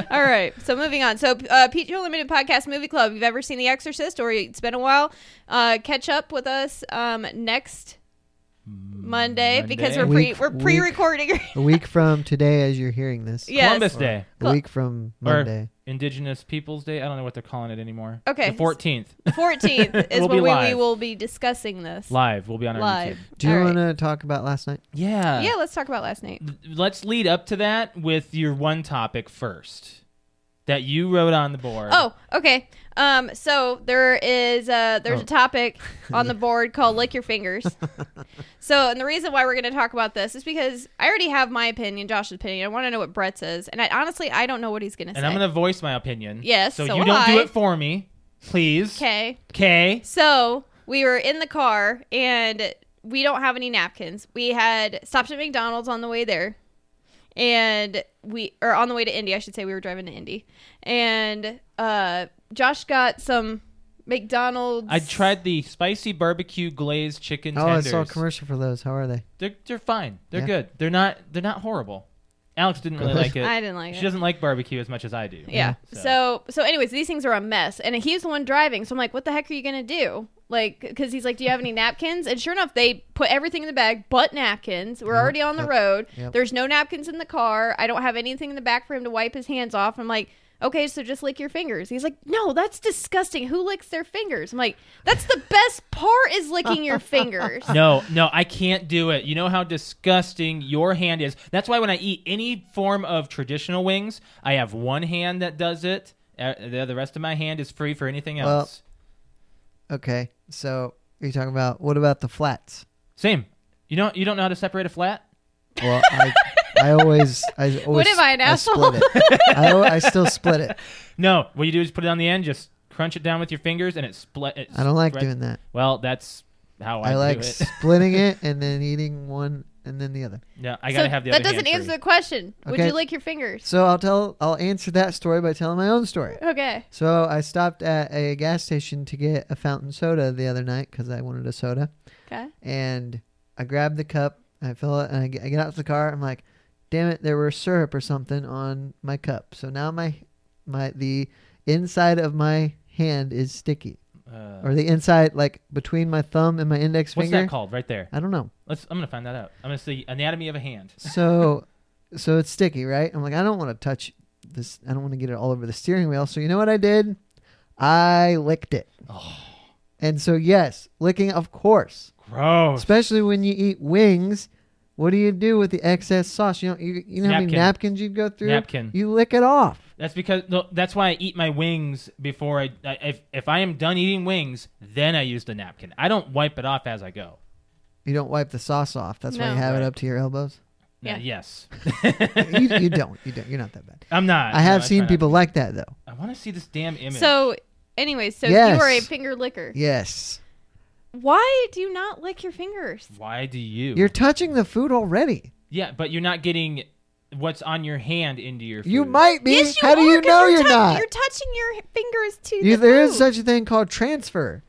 All right. So moving on. So uh, Pete Joe Limited Podcast Movie Club. You've ever seen The Exorcist or it's been a while? Uh, catch up with us um, next Monday, because we're pre
Monday.
we're
Week-
pre recording.
A week from today, as you're hearing this.
yes.
Columbus Day,
A week from
Or-
Monday.
Indigenous Peoples Day. I don't know what they're calling it anymore.
Okay.
The fourteenth
14th is
We'll be
when we, we
live.
will be discussing this
live. We'll be on our
live.
YouTube.
Do you
All right.
want to talk about last night?
Yeah.
Yeah, let's talk about last night.
Let's lead up to that with your one topic first that you wrote on the board.
Oh, okay. Um, so there is uh, there's
Oh.
a topic on the board called "Lick Your Fingers." so, and the reason why we're going to talk about this is because I already have my opinion, Josh's opinion. I want to know what Brett's is, and I, honestly, I don't know what he's going to say.
And I'm going to voice my opinion.
Yes,
So,
so
you
will
don't do
I.
it for me, please.
okay.
Okay.
So we were in the car, and we don't have any napkins. We had stopped at McDonald's on the way there, and we or on the way to Indy, I should say. We were driving to Indy, and uh, Josh got some. McDonald's.
I tried the spicy barbecue glazed chicken
Oh,
tenders.
I saw a commercial for those. How are they?
They're they're fine. They're
Yeah.
good. They're not they're not horrible. Alex didn't really
Good.
like it.
I didn't like
she
it.
doesn't like barbecue as much as I do.
Yeah.
So-
So. so anyways, these things are a mess, and he's the one driving. So I'm like, what the heck are you gonna do? Like, because he's like, do you have any napkins? And sure enough, they put everything in the bag but napkins. We're
Yep,
already on the
yep,
road.
yep.
There's no napkins in the car. I don't have anything in the back for him to wipe his hands off. I'm like. Okay, so just lick your fingers. He's like, "No, that's disgusting. Who licks their fingers?" I'm like, "That's the best part is licking your fingers."
No, no, I can't do it. You know how disgusting your hand is. That's why when I eat any form of traditional wings, I have one hand that does it. Uh, The the rest of my hand is free for anything
Well-
else.
Okay. So you're talking about what about the flats?
Same. You don't you don't know how to separate a flat?
Well, I, I always, I always,
am I, an asshole?
Split it. I, al- I still split it.
No. What you do is put it on the end, just crunch it down with your fingers, and it split. It
I don't like
spreads-
doing that.
Well, that's how I,
I, like
do it.
splitting it and then eating one and then the other.
no, I gotta
So
have the
that
other
doesn't
hand
answer
free.
the question. Would
Okay.
you lick your fingers?
So I'll tell, I'll answer that story by telling my own story.
Okay.
So I stopped at a gas station to get a fountain soda the other night because I wanted a soda.
Okay.
and I grab the cup, I fill it, and I get, I get out of the car. I'm like, damn it, there was syrup or something on my cup. So now my my the inside of my hand is sticky,
Uh,
or the inside like between my thumb and my index
what's
finger.
that called right there?
I don't know.
Let's. I'm gonna find that out. I'm gonna see anatomy of a hand.
So so it's sticky, right? I'm like, I don't want to touch this. I don't want to get it all over the steering wheel. So you know what I did? I licked it. And so yes, licking, of course.
Gross.
Especially when you eat wings, what do you do with the excess sauce? You know, you, you know how many
Napkin.
napkins you go through.
Napkin.
You lick it off.
That's because no, that's why I eat my wings before I, I if if I am done eating wings, then I use the napkin. I don't wipe it off as I go.
You don't wipe the sauce off. That's why
No.
you have
Right.
it up to your elbows.
Yeah.
Yeah.
yes.
you, you don't. You don't. You're not that bad.
I'm not.
I have
no,
seen
try not-
people like that though.
I want to see this damn image.
So, anyways, so
Yes.
you are a finger licker.
Yes.
Why do you not lick your fingers?
why do you?
You're touching the food already.
yeah, but you're not getting what's on your hand into your. Food.
You might be.
Yes, you
how do
are,
you
'cause
know you're,
tou-
not?
You're touching your fingers to the
You- there is
food.
such a thing called transfer.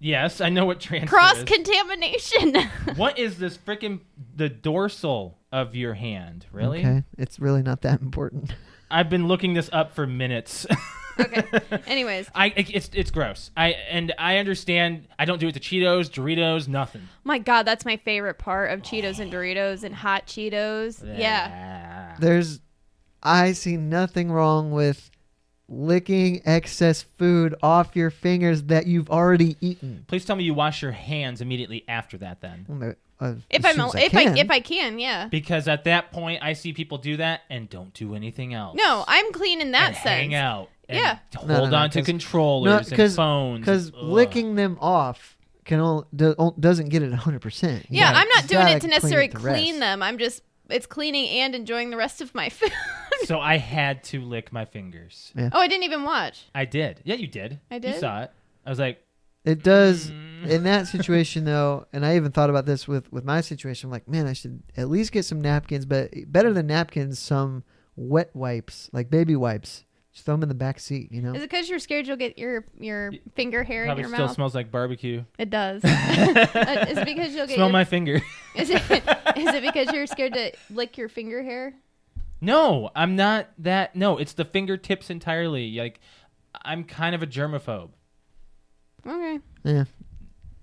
Yes, I know what transfer
cross
is.
contamination.
what is this freaking the dorsal of your hand? Really?
Okay, it's really not that important.
I've been looking this up for minutes.
okay. Anyways,
I it's it's gross. I and I understand. I don't do it to Cheetos, Doritos, nothing.
my God, that's my favorite part of Cheetos and Doritos and hot Cheetos. Yeah.
There's, I see nothing wrong with licking excess food off your fingers that you've already eaten.
Please tell me you wash your hands immediately after that, then,
Well, uh,
If
as
I'm
soon as
if
can.
I if I can, yeah.
because at that point I see people do that and don't do anything else.
No, I'm clean in that
and
sense.
hang out. and
Yeah.
Hold
No, no, no,
on to
'cause-
controllers and phones.
because
Ugh.
licking them off can only do, doesn't get it 100. percent
Yeah, I'm not doing it to necessarily clean, them. I'm just it's cleaning and enjoying the rest of my food.
so I had to lick my fingers.
oh, I didn't even watch.
I did. Yeah, you did.
I
You
did?
saw it. I was like,
It does
Mm.
in that situation though, and I even thought about this with with my situation. I'm like, man, I should at least get some napkins, but better than napkins, some wet wipes, like baby wipes. Just throw them in the back seat, you know.
Is it because you're scared you'll get your your finger hair in
probably
your
still
mouth?
smells like barbecue.
it does. Uh, is it because you'll get
Smell
your,
my finger.
is it is it because you're scared to lick your finger hair?
No, I'm not that. No, it's the fingertips entirely. Like, I'm kind of a germaphobe.
Okay.
Yeah.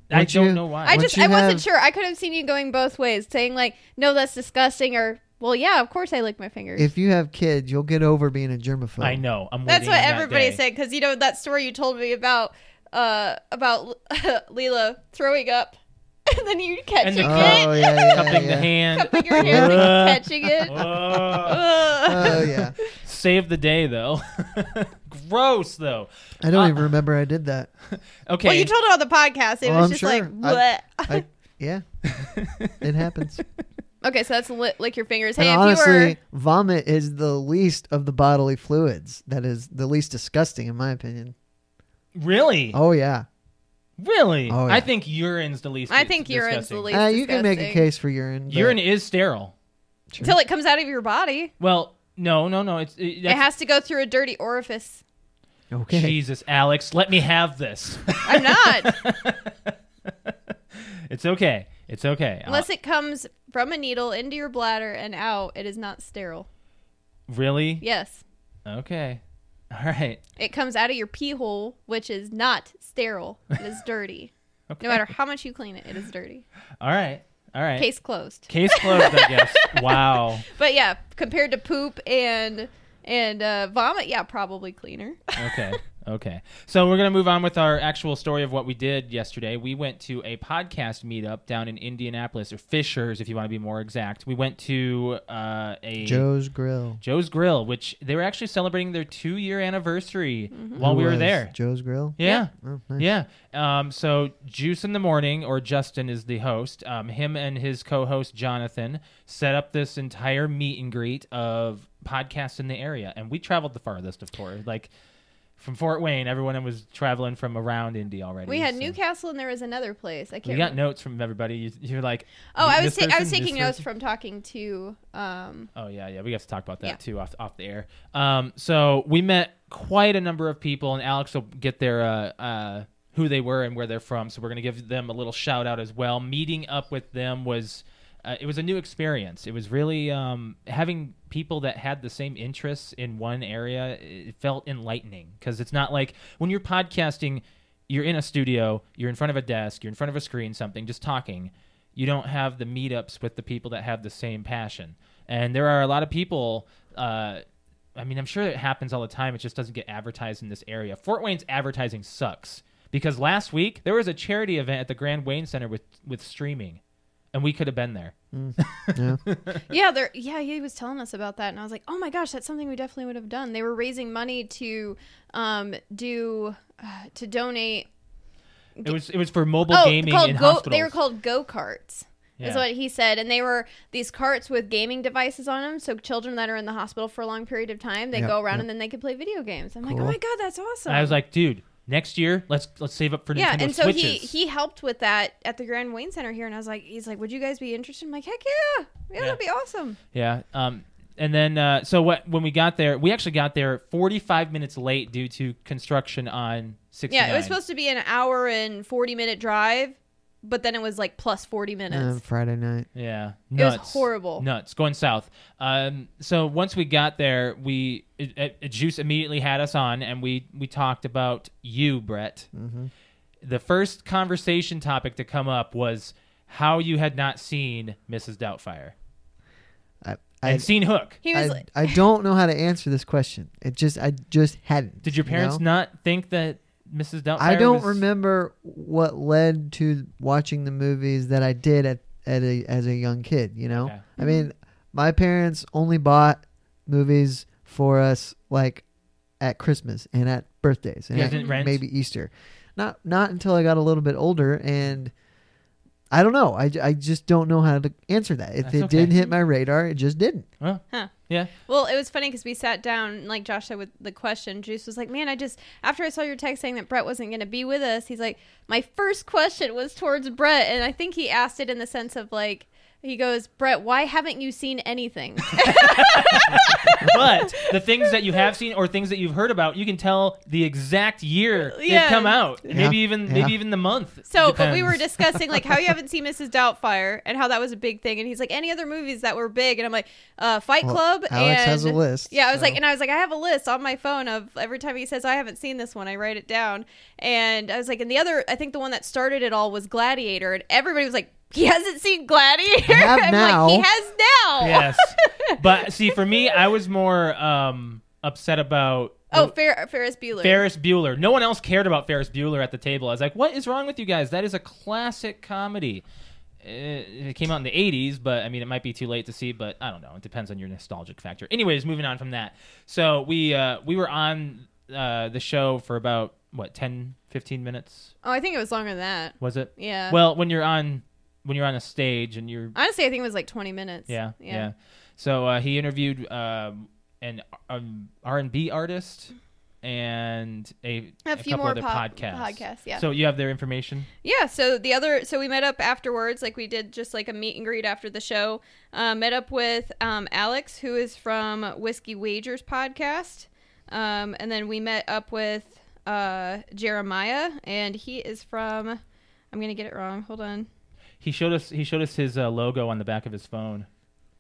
I
Once
don't
you-
know why.
I
Once
just
you
I wasn't
have-
sure. I could have seen you going both ways, saying like, "No, that's disgusting," or "Well, yeah, of course I lick my fingers."
If you have kids, you'll get over being a germaphobe.
I know. I'm.
that's
waiting
what
on that
everybody
day.
said because you know that story you told me about uh about Leela throwing up, and then you catch
And
and
the
a
cup.
kid,
Oh yeah, yeah,
Cupping the
yeah.
hand.
cupping your hair, and
Uh.
catching it.
Whoa.
Ugh.
Oh yeah.
Save the day though. Gross though.
I don't
Uh,
even remember I did that.
Okay.
Well, you told it on the podcast. It was
Well, Oh, I'm
just
sure.
like,
I-
what?
I, yeah, it happens.
okay, so that's li- lick your fingers.
and
Hey, if
honestly,
you were
vomit is the least of the bodily fluids. That is the least disgusting, in my opinion.
Really?
Oh yeah,
Really?
Oh, yeah.
I think urine's the least.
I think urine's the
disgusting.
least- It's
uh, you can make a
disgusting.
case for urine. but-
Urine is sterile.
until it comes out of your body,
Well, no, no, no. It's it,
it
that's-
has to go through a dirty orifice.
Okay.
Jesus, Alex, let me have this.
I'm not.
it's okay. It's okay. Uh,
Unless it comes from a needle into your bladder and out, it is not sterile.
Uh, really?
Yes.
Okay. All right.
It comes out of your pee hole, which is not sterile. It is dirty.
Okay.
No matter how much you clean it, it is dirty.
All right. All right.
Case closed.
Case closed, I guess. Wow.
But yeah, compared to poop and and uh, vomit, yeah, probably cleaner.
okay. Okay. So we're going to move on with our actual story of what we did yesterday. We went to a podcast meetup down in Indianapolis, or Fisher's, if you want to be more exact. We went to uh, a
Joe's Grill.
Joe's Grill, which they were actually celebrating their two year anniversary while we
Who
were
was
there.
Joe's Grill.
Yeah.
Oh, nice.
Yeah. Um, so Juice in the Morning, or Justin is the host. Um, him and his co host, Jonathan, set up this entire meet and greet of podcasts in the area. And we traveled the farthest, of course. Like from Fort Wayne, everyone was traveling from around Indy already.
We had
so-
Newcastle and there was another place. I
We
can't.
got
remember.
notes from everybody. You, you're like,
oh, I was
this
ta- I
person,
was
this
taking notes
person.
from talking to. Um,
Oh yeah, yeah. We have to talk about that
Yeah.
too off off the air. Um, so we met quite a number of people, and Alex will get their uh, uh, who they were and where they're from. So we're gonna give them a little shout out as well. Meeting up with them was. Uh, it was a new experience. It was really um, having people that had the same interests in one area. It felt enlightening because it's not like when you're podcasting, you're in a studio, you're in front of a desk, you're in front of a screen, something, just talking. You don't have the meetups with the people that have the same passion. And there are a lot of people. Uh, I mean, I'm sure it happens all the time. It just doesn't get advertised in this area. Fort Wayne's advertising sucks because last week there was a charity event at the Grand Wayne Center with with streaming, and we could have been there.
Yeah.
yeah, there. Yeah, he was telling us about that, and I was like, "Oh my gosh, that's something we definitely would have done." They were raising money to um, do uh, to donate.
It was it was for mobile gaming
Oh, called
in
go.
hospitals.
They were called go karts. Is
Yeah.
what he said, and they were these carts with gaming devices on them. So children that are in the hospital for a long period of time, they
Yep,
go around
yep.
and then they can play video games. I'm like,
Cool.
oh my god, that's awesome!
And I was like, dude, next year let's let's save up for Nintendo
yeah, and so
Switches.
he he helped with that at the Grand Wayne Center here, and I was like, he's like, would you guys be interested? I'm like, heck yeah, yeah,
Yeah.
that'd be awesome.
Yeah. Um, and then uh, so what? When we got there, we actually got there 45 minutes late due to construction on 69.
Yeah, it was supposed to be an hour and 40 minute drive, but then it was like plus 40
Um,
minutes.
Friday night.
Yeah,
was
nuts.
horrible.
Nuts going south. Um, so once we got there, we it, it, it- Juice immediately had us on, and we we talked about you, Brett.
Mm-hmm.
The first conversation topic to come up was how you had not seen Mrs. Doubtfire
I
and
I,
seen Hook.
he was
I,
like,
I don't know how to answer this question. It just I just hadn't.
Did your
you
parents
know?
not think that Mrs. Doubtfire?
I don't
was-
remember what led to watching the movies that I did at, at a, as a young kid. You know,
Okay.
I mean, my parents only bought movies for us like at Christmas and at birthdays and
You
at
guys didn't rent?
maybe Easter. Not not until I got a little bit older, and I don't know. I, j- I just don't know how to answer that. If
That's
it
okay.
didn't hit my radar, it just didn't.
Well,
Huh.
Yeah.
Well, it was funny because we sat down, like Josh said, with the question. Juice was like, "Man, I just after I saw your text saying that Brett wasn't going to be with us, he's like, my first question was towards Brett, and I think he asked it in the sense of like, he goes, Brett, why haven't you seen anything?
but the things that you have seen or things that you've heard about, you can tell the exact year
Yeah.
they've come out. maybe
Yeah,
even
yeah.
maybe even the month.
So, but we were
Depends.
discussing like how you haven't seen Mrs. Doubtfire and how that was a big thing, and he's like, any other movies that were big, and I'm like, uh, Fight
Well,
Club.
Alex
and
has a list,
Yeah, I was like,
so-
and I was like, I have a list on my phone of every time he says I haven't seen this one, I write it down, and I was like, and the other, I think the one that started it all was Gladiator, and everybody was like, he hasn't seen Gladiator.
have
I'm
now.
like, he has now.
Yes. but see for me I was more um upset about
Oh, Fer- Ferris Bueller.
Ferris Bueller. No one else cared about Ferris Bueller at the table. I was like, "What is wrong with you guys? That is a classic comedy." Uh, It came out in the '80s, but I mean, it might be too late to see. But I don't know. It depends on your nostalgic factor. Anyways, moving on from that. So we uh, we were on uh, the show for about what 10, 15 minutes
oh, I think it was longer than that.
was it?
Yeah.
Well, when you're on when you're on a stage and you're
honestly, I think it was like 20 minutes.
yeah, yeah. So uh, he interviewed um, an um, R and B artist and a,
A few
couple
more
other
po-
podcasts.
podcasts, yeah.
So you have their information.
Yeah, so the other so we met up afterwards, like we did just like a meet and greet after the show. Uh, met up with um, Alex, who is from Whiskey Wagers podcast, um, and then we met up with uh, Jeremiah, and he is from. I'm gonna get it wrong. Hold on.
He showed us he showed us his uh, logo on the back of his phone.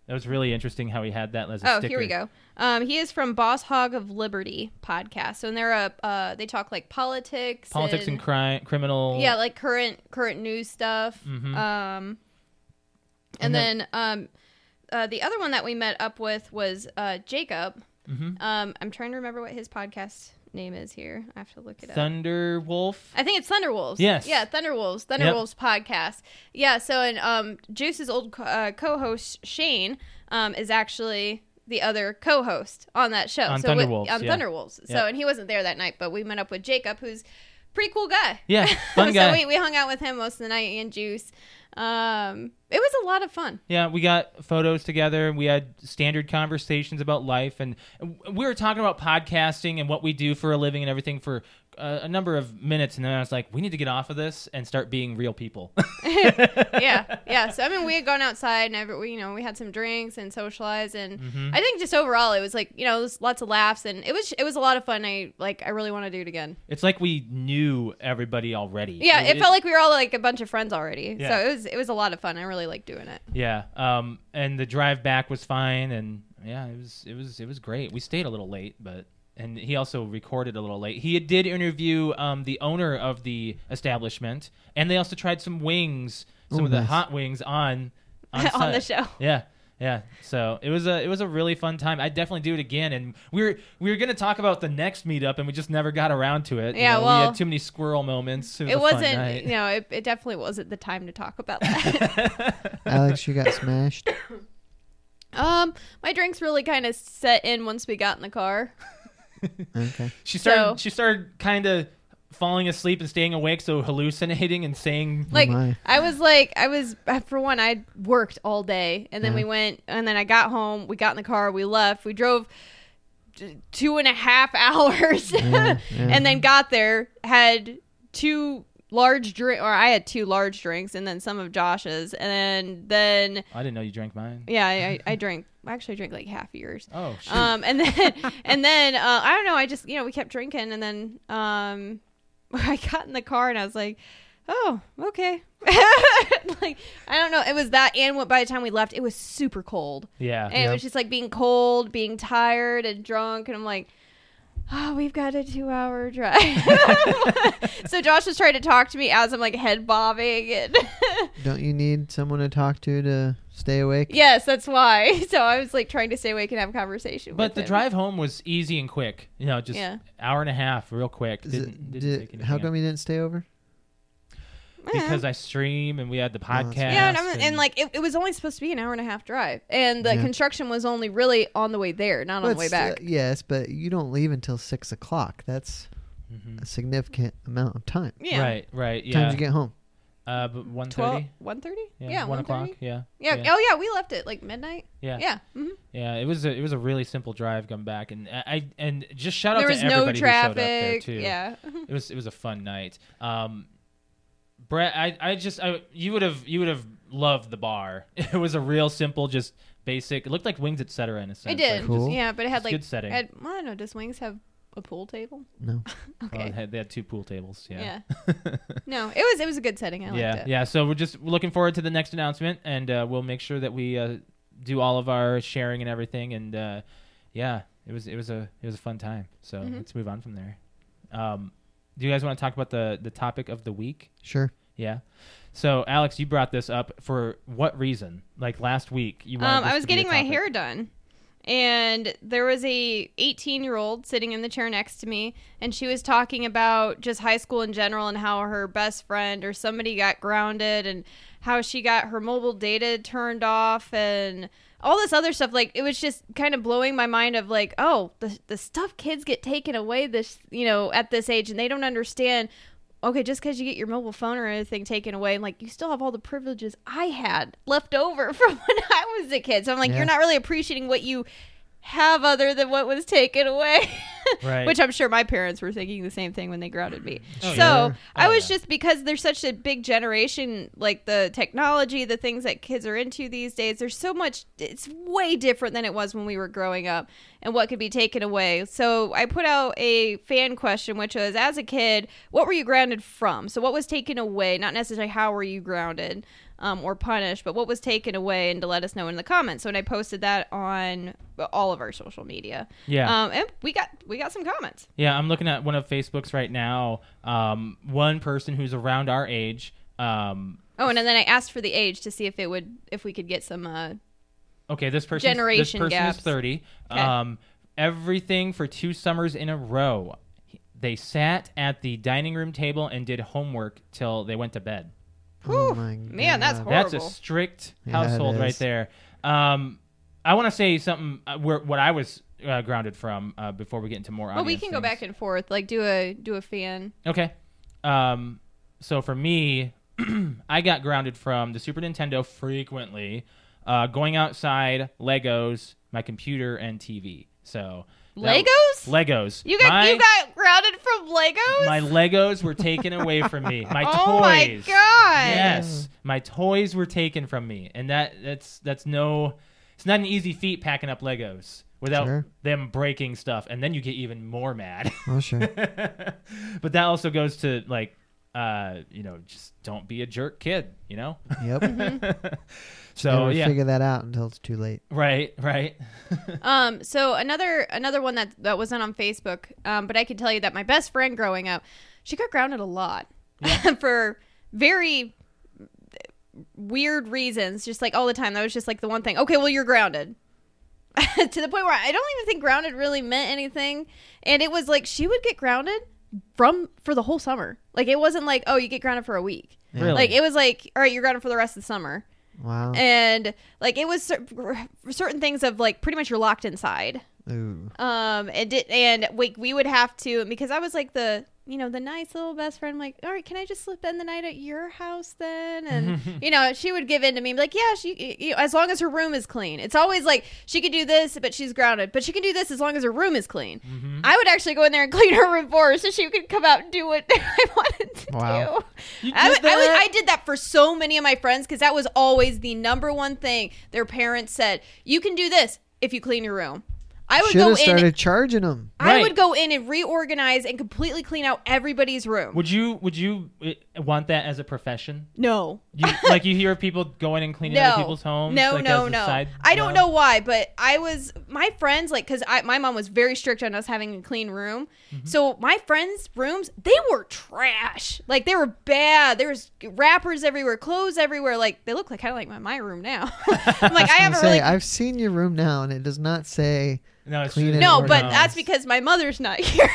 That was really interesting how he had that as a
Oh,
sticker.
here we go. Um, he is from Boss Hog of Liberty podcast, so and they're a uh, they talk like politics,
Politics and crime, criminal.
yeah like current current news stuff um and
And Mm-hmm. then-
then um uh, the other one that we met up with was uh jacob
Mm-hmm.
um i'm trying to remember what his podcast name is here i have to look it up
Thunder Wolf.
I think it's Thunderwolves.
Yes.
Yeah, Thunderwolves. Thunderwolves podcast. Yeah. So, and um, Juice's old co- uh, co-host Shane um, is actually the other co-host on that show.
On
so with-
Thunderwolves,
on
yeah.
Thunderwolves.
Yeah.
So, and he wasn't there that night, but we met up with Jacob, who's pretty cool guy.
Yeah, fun
so
guy.
We, we hung out with him most of the night and Juice. Um, it was a lot of fun.
Yeah, we got photos together and we had standard conversations about life. And we were talking about podcasting and what we do for a living and everything for uh, a number of minutes. And then I was like, we need to get off of this and start being real people.
yeah, yeah. So I mean, we had gone outside and every, we, you know we had some drinks and socialized, and
Mm-hmm.
I think just overall it was like you know it was lots of laughs and it was it was a lot of fun. I like I really want to do it again.
it's like we knew everybody already.
Yeah, it, felt like we were all like a bunch of friends already.
Yeah.
So it was it was a lot of fun. I really liked doing it.
Yeah. Um, and the drive back was fine. And yeah, it was, it was, it was great. We stayed a little late, but. And he also recorded a little late. He did interview um, the owner of the establishment, and they also tried some wings, some
Ooh,
of the
nice.
hot wings on
On,
on,
the
set.
show.
Yeah, yeah. So it was a it was a really fun time. I'd definitely do it again. And we were we were gonna talk about the next meetup, and we just never got around to it. You
Yeah,
know, we
well,
had too many squirrel moments. It, was
It
a fun
wasn't,
night.
you know, it, it definitely wasn't the time to talk about that.
Alex, you got smashed.
um, my drinks really kind of set in once we got in the car.
Okay.
She started
So-
she started kind of falling asleep and staying awake, so hallucinating and saying.
like
Oh my.
I was like I was uh, for one I worked all day and then
Yeah.
we went and then I got home we got in the car we left we drove t- two and a half hours
Yeah, yeah.
and then got there had two large drink or I had two large drinks and then some of Josh's and then
I didn't know you drank mine.
yeah I, I, I drank actually I drank like half of yours
Oh, shoot.
um and then and then uh, i don't know i just you know we kept drinking and then um i got in the car and i was like oh okay like i don't know it was that and what by the time we left it was super cold
yeah.
and it was just like being cold being tired and drunk and i'm like oh we've got a two hour drive so josh was trying to talk to me as i'm like head bobbing and
Don't you need someone to talk to to stay awake?
yes that's why so i was like trying to stay awake and have a conversation
but
with
the
him.
drive home was easy and quick. You know, just
Yeah.
hour and a half, real quick.
Is it-
Didn't, didn't
did-
take anything
how
in.
come you didn't stay over?
Because I stream and we had the
Oh, that's
podcast.
right.
Uh-huh. Yeah, and, I'm, and like it, it was only supposed to be an hour and a half drive, and the
Yeah.
construction was only really on the way there, not on the way
Let's-
back.
uh, yes, but you don't leave until six o'clock. That's a significant amount of time.
Yeah.
Mm-hmm. Right, right,
Time
yeah.
to get home.
uh, but one
Twelve.
thirty.
One thirty.
Yeah,
Yeah.
one o'clock.
1:30?
Yeah,
Yeah.
yeah,
Oh yeah, we left it like midnight.
yeah,
Yeah. hmm
yeah. It was a, it was a really simple drive coming back, and I I- and just shout
There
out
was
to
no
everybody who showed up there
traffic.
too.
Yeah.
it was it was a fun night. Um, Brett, I, I just I you would have you would have loved the bar. It was a real simple, just basic. It looked like wings, etc. In a sense,
It did.
Like,
Cool.
Yeah, but it had
it's
like
good setting.
it Had, well, I don't know. Does Wings have a pool table?
No.
oh,
Okay.
they, had, they had two pool tables. Yeah,
no, it was it was a good setting. I liked
yeah,
it.
yeah. So we're just looking forward to the next announcement, and uh, we'll make sure that we uh, do all of our sharing and everything. And uh, yeah, it was it was a it was a fun time. So
Mhm.
let's move on from there. Um, do you guys want to talk about the the topic of the week?
Sure.
Yeah. So, Alex, you brought this up for what reason? Like last week, you wanted
Um,
this
I was
to be a
getting my
topic.
hair done, and there was a 18 year old sitting in the chair next to me, and she was talking about just high school in general and how her best friend or somebody got grounded and how she got her mobile data turned off and all this other stuff. Like it was just kind of blowing my mind of like, oh, the the stuff kids get taken away this you know at this age, and they don't understand okay, just because you get your mobile phone or anything taken away, and like you still have all the privileges I had left over from when I was a kid. So I'm like,
Yeah.
you're not really appreciating what you have other than what was taken away.
Right.
Which I'm sure my parents were thinking the same thing when they grounded me.
Oh,
so
yeah.
I
Oh,
was
yeah.
just because there's such a big generation, like the technology, the things that kids are into these days, there's so much, it's way different than it was when we were growing up and what could be taken away. So I put out a fan question, which was as a kid, what were you grounded from? So what was taken away? Not necessarily how were you grounded um, or punished, but what was taken away? And to let us know in the comments. So when I posted that on all of our social media,
Yeah.
um, and we got we got some comments.
Yeah, I'm looking at one of Facebook's right now. Um, one person who's around our age. Um,
Oh, and then I asked for the age to see if it would if we could get some. Uh,
okay, this person. This
Generation
person
gaps.
is 30.
Okay.
Um, everything for two summers in a row. They sat at the dining room table and did homework till they went to bed.
Whew.
Oh my
Man, that's
God.
That's a
Horrible.
strict
Yeah, it
household right
is.
there. Um, I want to say something uh, where, what I was uh, grounded from uh, before we get into more.
well, we
audience
can go
things.
back and forth, like do a do a fan.
Okay. Um, so for me, I got grounded from the Super Nintendo frequently, uh, going outside, Legos, my computer, and TV. So that-
Legos?
Legos.
You got
my,
you got grounded from Legos.
my Legos were taken away from me. My
oh
toys.
my god!
Yes, my toys were taken from me, and that that's that's no, it's not an easy feat packing up Legos without
Sure.
them breaking stuff, and then you get even more mad.
Oh, sure.
but that also goes to like, uh, you know, just don't be a jerk kid, you know.
Yep.
so
Never
yeah,
figure that out until it's too late.
right, right.
Um, so another another one that that wasn't on Facebook, um, but I can tell you that my best friend growing up, she got grounded a lot for very weird reasons, just like all the time. That was just like the one thing. Okay, well you're grounded. to the point where I don't even think grounded really meant anything, and it was like she would get grounded from for the whole summer. Like it wasn't like oh you get grounded for a week.
Really?
Like it was like all right you're grounded for the rest of the summer
Wow.
and like it was cer- certain things of like pretty much you're locked inside
Ooh.
um and did and we, we would have to because i was like the you know the nice little best friend like all right can i just sleep in the night at your house then and you know she would give in to me and be like yeah she you know, as long as her room is clean it's always like she could do this but she's grounded but she can do this as long as her room is clean
Mm-hmm.
i would actually go in there and clean her room for her so she could come out and do what i wanted to
Wow.
do
You
I,
did
would- I, would-
that?
I did that for so many of my friends because that was always the number one thing their parents said. You can do this if you clean your room. I would
Should
go
have
in.
started charging them.
I
Right.
would go in and reorganize and completely clean out everybody's room.
Would you would you uh, want that as a profession?
no.
You, like you hear people going and cleaning
No.
other people's homes.
No,
like,
no,
as a
no.
side
I don't
job?
know why, but I was my friends like because I my mom was very strict on us having a clean room.
Mm-hmm.
So my friends' rooms they were trash. Like they were bad. There was wrappers everywhere, clothes everywhere. Like they look like kind of like my, my room now. I'm like I
I
have a
say,
really
I've seen your room now, and it does not say.
No, it's
Clean
just-
it
No,
or
but
not.
that's because my mother's not here.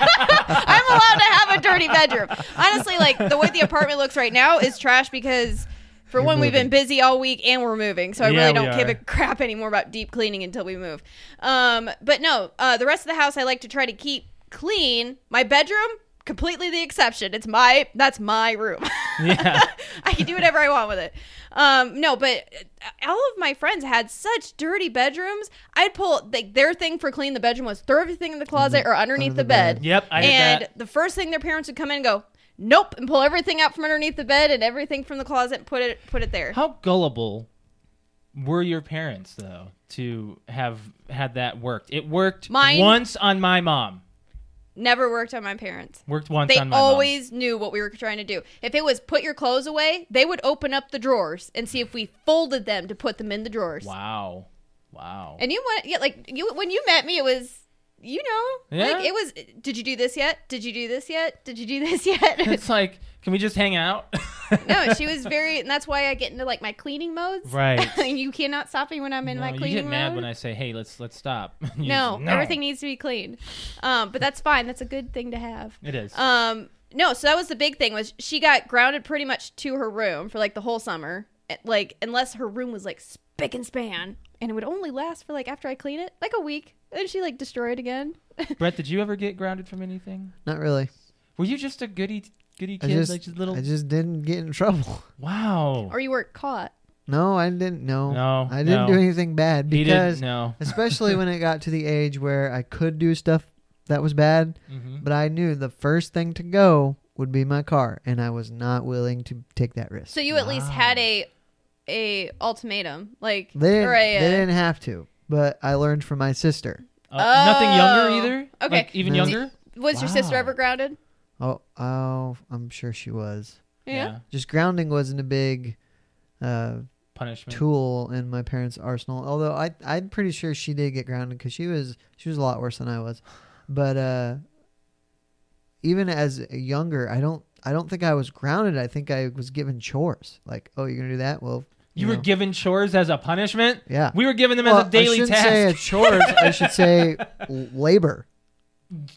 I'm allowed to have a dirty bedroom. Honestly, like the way the apartment looks right now is trash because for
You're
one, we've been
moving.
busy all week and we're moving. So I
Yeah,
really
we
don't give
are.
a crap anymore about deep cleaning until we move. Um, but no, uh, the rest of the house I like to try to keep clean. My bedroom, completely the exception. It's my that's my room.
Yeah.
I can do whatever I want with it. Um, no, but uh, all of my friends had such dirty bedrooms. I'd pull like their thing for clean the bedroom was throw everything in the
Mm-hmm.
closet or underneath the,
Under the
bed.
bed.
Yep, I did
and
that.
the first thing their parents would come in and go, "Nope," and pull everything out from underneath the bed and everything from the closet and put it put it there.
How gullible were your parents though to have had that worked? It worked
Mine-
once on my mom.
Never worked on my parents.
Worked once
They
on my mom.
always knew what we were trying to do. If it was put your clothes away, they would open up the drawers and see if we folded them to put them in the drawers.
Wow. Wow.
And you want yeah, like you when you met me, it was you know,
Yeah.
like it was. Did you do this yet? Did you do this yet? Did you do this yet?
it's like, can we just hang out?
no, she was very, and that's why I get into like my cleaning modes.
Right.
you cannot stop me when I'm in
No,
my
you
cleaning
get mad
mode.
when I say, "Hey, let's let's stop." You just,
no, everything needs to be clean. Um, but that's fine. That's a good thing to have.
It is.
Um, no, so that was the big thing was she got grounded pretty much to her room for like the whole summer. Eh, Like unless her room was like spick and span, and it would only last for like after I clean it, like a week. And she like destroyed again.
Brett, did you ever get grounded from anything?
Not really.
Were you just a goody goody
I
kid,
just,
like just little?
I just didn't get in trouble.
wow.
or you weren't caught.
No, I didn't. No,
No,
I
no.
didn't do anything bad
he
because,
didn't know.
especially when it got to the age where I could do stuff that was bad,
hmm
but I knew the first thing to go would be my car, and I was not willing to take that risk.
So you at least
Wow.
had a a ultimatum, like
they didn't,
or a,
they
uh,
didn't have to, but I learned from my sister.
Uh, Nothing younger
Oh.
either.
Okay.
Like, even
No.
younger.
uh, was your sister
Wow.
ever grounded?
Oh, oh, I'm sure she was.
Yeah.
Just grounding wasn't a big uh,
Punishment.
tool in my parents' arsenal. Although I, I'm pretty sure she did get grounded because she was she was a lot worse than I was. But uh, even as younger, I don't I don't think I was grounded. I think I was given chores. Like, oh, you're gonna do that? Well,
you were
know,
given chores as a punishment.
yeah.
We were giving them
Well,
as a
I
daily
shouldn't
task.
say a chores. I should say l- labor.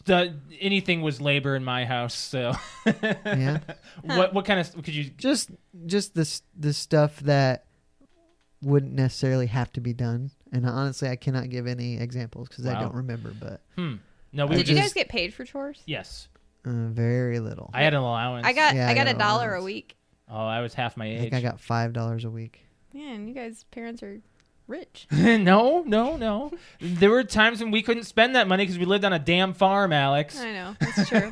the, anything was labor in my house. So,
Yeah.
what what kind of could you?
Just just this the stuff that wouldn't necessarily have to be done. And honestly, I cannot give any examples because I
Wow.
don't remember. But
Hmm. No, we were
I
Did you
just-
guys get paid for chores?
Yes,
uh, very little.
I had an allowance.
I got
Yeah,
I
I
got
got
a dollar a
allowance.
week.
Oh, I was half my
I
age.
think I got five dollars a week.
Man, you guys parents are rich.
no, no, no. There were times when we couldn't spend that money because we lived on a damn farm, Alex.
I know that's true.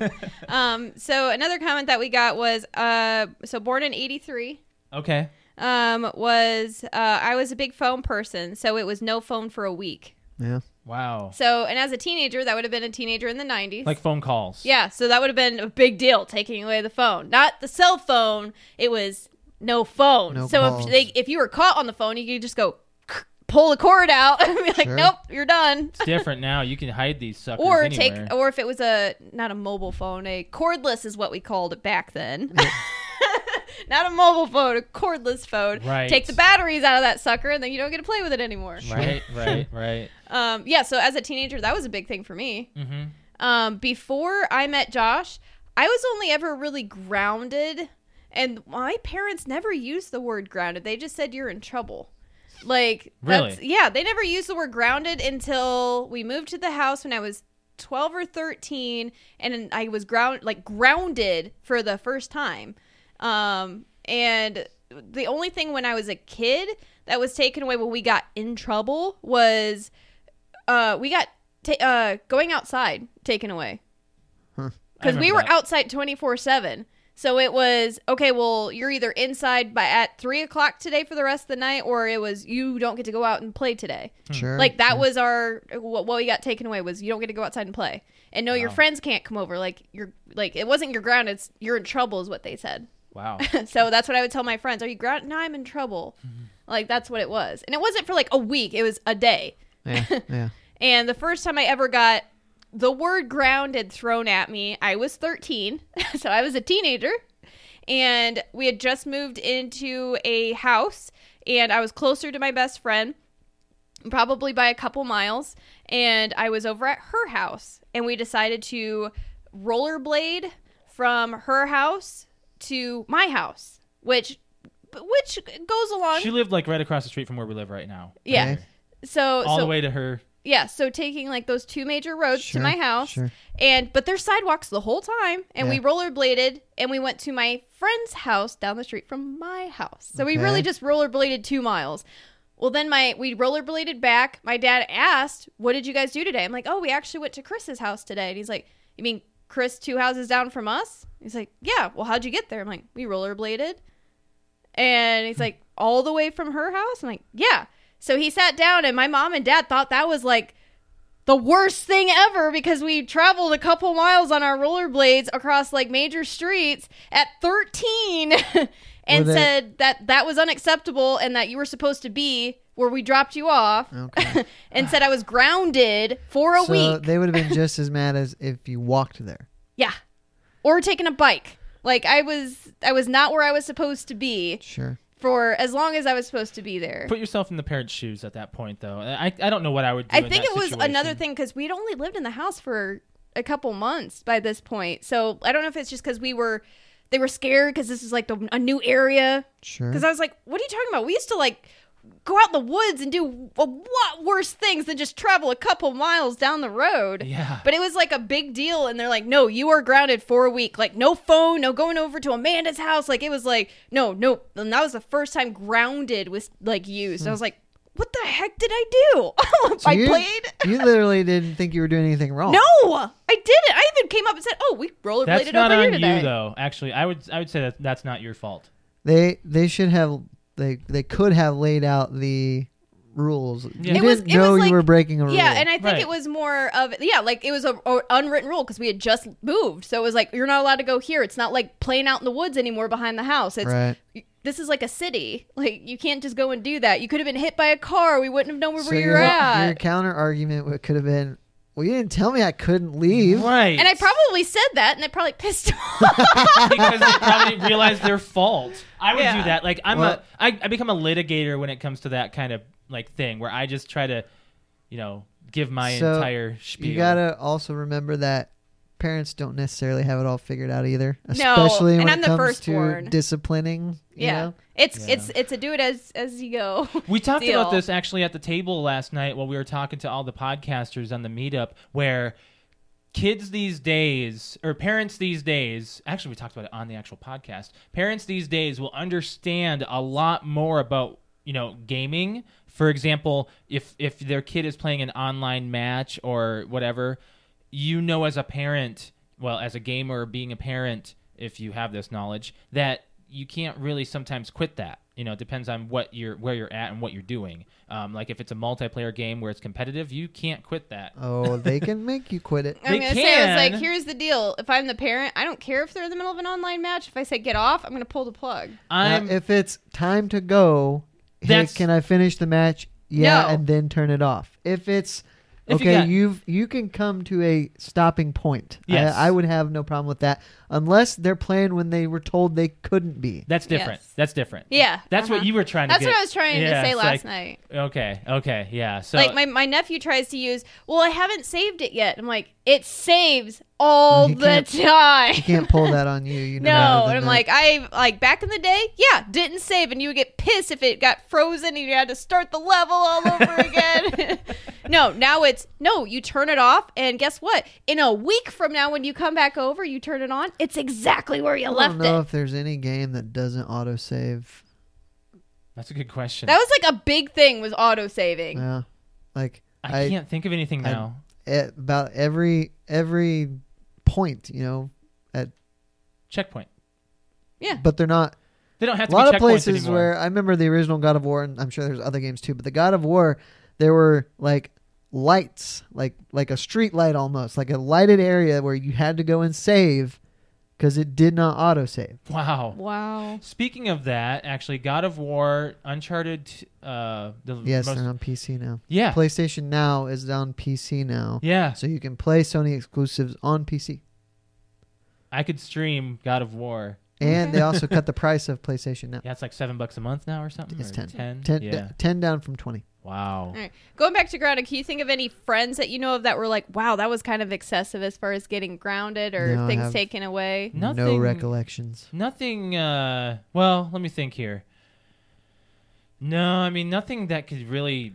um, so another comment that we got was uh, so born in '83
Okay.
um, was uh, I was a big phone person, so it was no phone for a week.
Yeah.
Wow.
So and as a teenager, that would have been a teenager in the '90s.
Like phone calls.
Yeah, so that would have been a big deal taking away the phone, not the cell phone. It was no phone.
No
so
calls.
if they if you were caught on the phone, you could just go pull the cord out and be like,
Sure.
"Nope, you're done."
It's different now. You can hide these suckers
Or
anywhere.
take or if it was a not a mobile phone, a cordless is what we called it back then. not a mobile phone, a cordless phone.
Right.
Take the batteries out of that sucker and then you don't get to play with it anymore.
Right, right, right.
Um yeah, so as a teenager, that was a big thing for me.
Mm-hmm.
Um, before I met Josh, I was only ever really grounded, and my parents never used the word grounded. They just said you're in trouble. Like that's,
Really?
yeah, they never used the word grounded until we moved to the house when I was 12 or 13 and I was ground like grounded for the first time. Um and the only thing when I was a kid that was taken away when we got in trouble was uh we got ta- uh going outside taken away because we were outside 24 7 so it was okay well you're either inside by at three o'clock today for the rest of the night or it was you don't get to go out and play today
Sure.
Hmm. like that
Yeah.
was our what, what we got taken away was you don't get to go outside and play and no your
Wow.
friends can't come over like you're like it wasn't your ground it's you're in trouble is what they said
Wow.
so that's what i would tell my friends are you ground no i'm in trouble like that's what it was and it wasn't for like a week it was a day
Yeah. Yeah.
and the first time I ever got the word grounded thrown at me, I was 13. so I was a teenager. And we had just moved into a house, and I was closer to my best friend, probably by a couple miles. And I was over at her house, and we decided to rollerblade from her house to my house, which which goes along.
She lived like right across the street from where we live right now.
yeah.
Okay.
So
All
so
the way to her.
yeah, so taking like those two major roads
Sure,
to my house,
sure.
and but there's sidewalks the whole time, and we
Yeah.
rollerbladed, and we went to my friend's house down the street from my house. So we really
Okay.
just rollerbladed two miles. Well, then my we rollerbladed back. My dad asked, "What did you guys do today?" I'm like, "Oh, we actually went to Chris's house today." And he's like, "You mean Chris two houses down from us?" He's like, "Yeah." Well, how'd you get there? I'm like, "We rollerbladed." And he's like, all the way from her house? I'm like, yeah. So he sat down, and my mom and dad thought that was like the worst thing ever because we traveled a couple miles on our rollerblades across like major streets at 13 and
Were they-
said that that was unacceptable and that you were supposed to be where we dropped you off
Okay.
and said I was grounded for a
so
week.
they would have been just as mad as if you walked there.
yeah. Or taking a bike. Like I was I was not where I was supposed to be
Sure.
for as long as I was supposed to be there.
Put yourself in the parents' shoes at that point, though. I, I don't know what I would do.
I
in
think
that
it was another
situation.
thing because we'd only lived in the house for a couple months by this point. So I don't know if it's just because we were, they were scared because this is like the, a new area.
Mm-hmm.
Sure.
Because I was like, what are you talking about? We used to like go out in the woods and do a lot worse things than just travel a couple miles down the road.
Yeah.
But it was like a big deal, and they're like, "No, you are grounded for a week. Like, no phone, no going over to Amanda's house. Like, it was like, no, no." And that was the first time grounded was like used. I was like, "What the heck did I do?
So
I
you,
played?
you literally didn't think you were doing anything wrong.
No, I didn't. I even came up and said, "Oh, we rollerbladed
That's not
over
on
here
you,
today."
though. Actually, I would I would say that that's not your fault.
They they should have they they could have laid out the rules. You
It
didn't
was- it
know
was
you
like-
were breaking a rule.
Yeah, and I think
Right.
it was more of yeah, like it was a, a unwritten rule because we had just moved, so it was like you're not allowed to go here. It's not like playing out in the woods anymore behind the house. It's
right.
this is like a city. Like you can't just go and do that. You could have been hit by a car. We wouldn't have known where
So
we
your,
were
your
at.
counter argument would- could have been, well, you didn't tell me I couldn't leave.
Right.
And I probably said that, and I probably pissed him off.
because they probably realize their fault. I would
Yeah.
do that. Like I'm
Well-
a I, I become a litigator when it comes to that kind of like thing where I just try to, you know, give my
So,
entire spiel.
You gotta also remember that parents don't necessarily have it all figured out either,
No,
especially
and
when
I'm
it
the
comes
firstborn.
to disciplining. you
yeah,
know?
it's
Yeah.
it's it's a do it as as you go.
We talked about
deal.
this actually at the table last night while we were talking to all the podcasters on the meetup where kids these days or parents these days actually we talked about it on the actual podcast parents these days will understand a lot more about you know gaming for example if if their kid is playing an online match or whatever you know as a parent well as a gamer being a parent if you have this knowledge that you can't really sometimes quit that you know it depends on what you're where you're at and what you're doing um, like if it's a multiplayer game where it's competitive you can't quit that
Oh, they can make you quit it.
I'm
They
gonna say I was
can.
like, here's the deal. If I'm the parent, I don't care if they're in the middle of an online match. If I say get off, I'm gonna pull the plug.
Now,
i'm
if it's time to go, hey,
That's-
can I finish the match? Yeah,
No.
and then turn it off. If it's
If you
okay,
got-
you have you can come to a stopping point. I-
Yes.
I, would have no problem with that, unless they're playing when they were told they couldn't be.
That's different.
Yes.
That's different.
Yeah,
That's what
uh-huh.
you were trying to
That's
get.
what I was trying
Yeah,
to say
it's like-
last night.
Okay, okay, yeah. So
like my, my nephew tries to use. Well, I haven't saved it yet. I'm like, it saves all
You
the
can't-
time.
You can't pull that on you. You know. better
No,
than
and I'm
that.
like, I like back in the day, yeah, didn't save, and you would get pissed if it got frozen and you had to start the level all over again. no, now it's no, you turn it off, and guess what? In a week from now, when you come back over, you turn it on. It's exactly where you
I
left
don't know
it.
if there's any game that doesn't autosave.
that's a good question.
That was like a big thing was auto saving.
Yeah, like
I,
I,
can't think of anything
I-
now.
at about every every point, you know,
Checkpoint.
but they're not.
They don't have to
A
be
lot of
checkpoints
places
anymore.
where I remember the original God of War, and I'm sure there's other games too. But the God of War, there were like lights, like like a street light almost, like a lighted area where you had to go and save because it did not autosave.
wow.
Wow.
Speaking of that, actually, God of War, Uncharted, uh, the
Yes,
most,
they're on PC now.
yeah,
PlayStation Now is on PC now,
yeah.
so you can play Sony exclusives on PC.
I could stream God of War.
And they also cut the price of PlayStation Now.
Yeah, it's like seven bucks a month now or something.
It's
or
10.
Ten.
10,
yeah.
d- 10 down from 20.
Wow.
All right. Going back to grounded, can you think of any friends that you know of that were like, wow, that was kind of excessive as far as getting grounded or
No, I
things
have-
taken away?
No
Nothing-
recollections.
Nothing. Uh, well, let me think here. No, I mean nothing that could really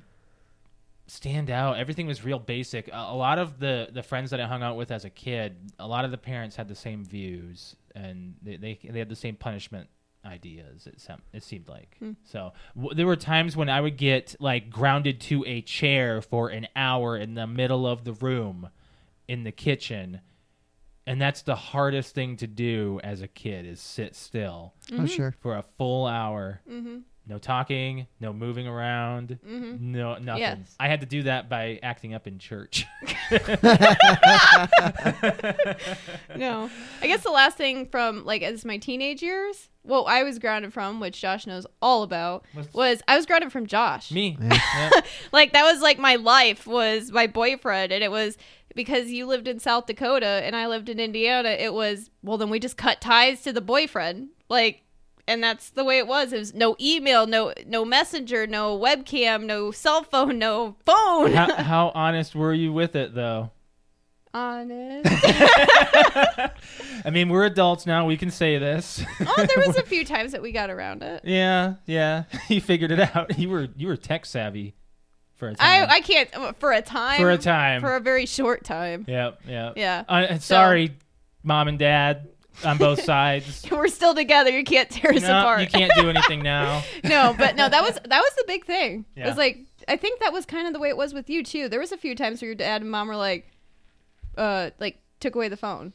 stand out. Everything was real basic. A, a lot of the the friends that I hung out with as a kid, a lot of the parents had the same views, and they they, they had the same punishment ideas. It sem- it seemed like so. W- there were times when I would get like grounded to a chair for an hour in the middle of the room, in the kitchen. And that's the hardest thing to do as a kid is sit still
Mm-hmm.
Oh, sure.
for a full hour. No talking, no moving around, no nothing.
Mm-hmm. Yes.
I had to do that by acting up in church.
no. I guess the last thing from like as my teenage years, what I was grounded from, which Josh knows all about,
What's-
was I was grounded from Josh.
Me, Yeah.
Like that was like my life was my boyfriend, and it was because you lived in South Dakota and I lived in Indiana. It was well, then we just cut ties to the boyfriend, like, and that's the way it was. It was no email, no no messenger, no webcam, no cell phone, no phone.
how, how honest were you with it though?
Honest.
I mean, we're adults now; we can say this.
oh, there was a few times that we got around it.
yeah, yeah. You figured it out. You were you were tech savvy for a
I,
time.
I can't for a time
for a time.
for a very short time.
yep, yep.
Yeah.
Uh, and sorry, mom and dad on both sides.
We're still together. You can't tear us
no,
apart.
you can't do anything now.
no, but no, that was that was the big thing. It
Yeah.
was like I think that was kind of the way it was with you too. There was a few times where your dad and mom were like, uh, like took away the phone.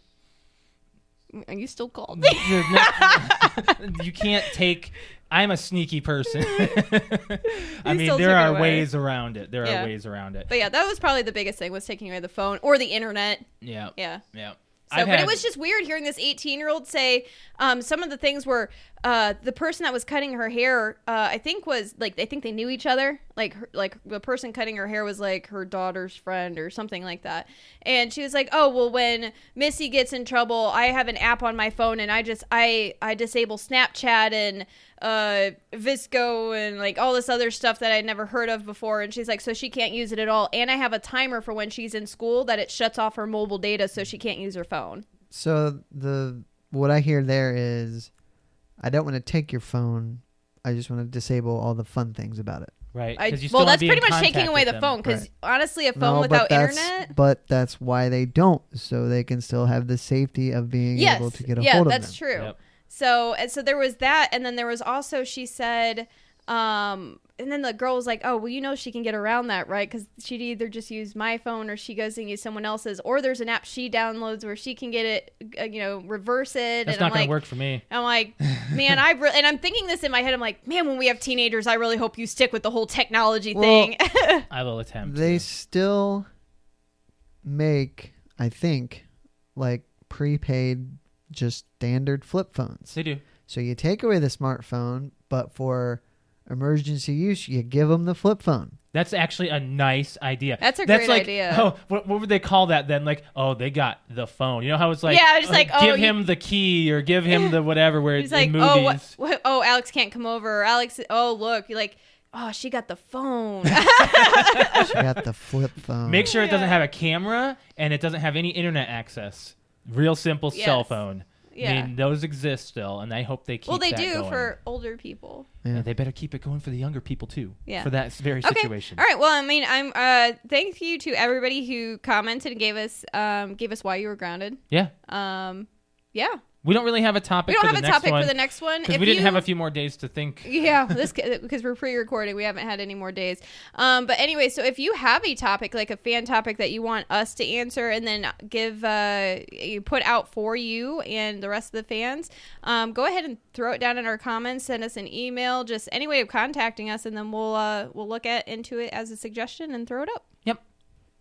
And you still called me.
You're not- you can't take. I'm a sneaky person. I
You
mean,
still
there
took it
are
away.
ways around it. There
Yeah.
are ways around it.
But yeah, that was probably the biggest thing was taking away the phone or the internet.
Yeah, yeah.
Yeah. So,
I've
but
had-
it was just weird hearing this 18 year old say um, some of the things were uh, the person that was cutting her hair. Uh, I think was like I think they knew each other. Like her, like the person cutting her hair was like her daughter's friend or something like that. And she was like, "Oh well, when Missy gets in trouble, I have an app on my phone and I just I I disable Snapchat and uh, Visco and like all this other stuff that I'd never heard of before. And she's like, so she can't use it at all. And I have a timer for when she's in school that it shuts off her mobile data so she can't use her phone.
So the what I hear there is, I don't want to take your phone. I just want to disable all the fun things about it.
right.
I,
'cause you still
well,
wanna
that's
be in
pretty much
contact
taking away
with
the
them.
phone because
Right.
honestly, a phone
but
without
that's,
internet.
But that's why they don't, so they can still have the safety of being
Yes,
able to get a
yeah,
hold of
that's
them.
true.
Yep.
So and so there was that, and then there was also she said, um, and then the girl was like, "Oh, well, you know she can get around that, right? Because she'd either just use my phone or she goes and use someone else's, or there's an app she downloads where she can get it, uh, you know, reverse it."
That's
and
not
I'm
going
like,
to work for me.
I'm like, man, I re-, and I'm thinking this in my head. I'm like, man, when we have teenagers, I really hope you stick with the whole technology
Well,
thing.
I will attempt.
They
to.
still make, I think, like prepaid, just standard flip phones.
They do.
So you take away the smartphone, but for emergency use, you give them the flip phone.
That's actually a nice idea.
That's a great
like,
idea.
Oh, what, what would they call that then? Like, oh, they got the phone. You know how it's like,
Yeah, just like, oh,
give
you-
him the key or give him the whatever. Where
He's
it's
like,
in movies.
oh, what, what, oh, Alex can't come over. Or Alex, oh, look, you're like, oh, she got the phone.
She got the flip phone.
Make sure it doesn't
Yeah.
have a camera and it doesn't have any internet access. Real simple cell
Yes.
phone. I
Yeah.
mean, those exist still, and I hope they keep.
well, they
that
do
going.
for older people.
And they better keep it going for the younger people too.
Yeah.
For that very situation.
Okay. All right. Well, I mean, I'm. Uh, thank you to everybody who commented and gave us um gave us why you were grounded.
Yeah.
Um, yeah.
We don't really have a topic.
We don't
for
have
the
a
next
topic
one
for the next one
because
If
we didn't
you-
have a few more days to think.
yeah this because we're pre-recording we haven't had any more days um but anyway so if you have a topic like a fan topic that you want us to answer and then give uh you put out for you and the rest of the fans um go ahead and throw it down in our comments send us an email just any way of contacting us and then we'll uh we'll look at into it as a suggestion and throw it up
Yep.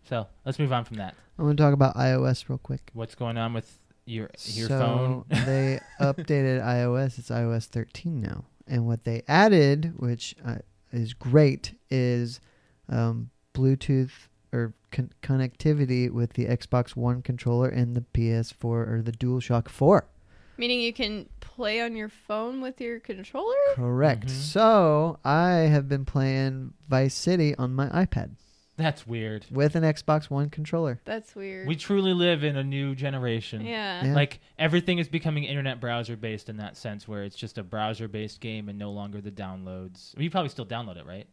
So let's move on from that.
I'm going to talk about iOS real quick.
What's going on with your your
so
phone?
they updated iOS. It's iOS 13 now. And what they added, which uh, is great, is um, Bluetooth or con- connectivity with the Xbox One controller and the PS4 or the DualShock 4.
meaning you can play on your phone with your controller
Correct.
Mhm.
So I have been playing Vice City on my iPad
That's weird.
with an Xbox One controller.
that's weird
We truly live in a new generation.
yeah.
Yeah.
Like everything is becoming internet browser based in that sense, where it's just a browser based game and no longer the downloads. Well, you probably still download it, right?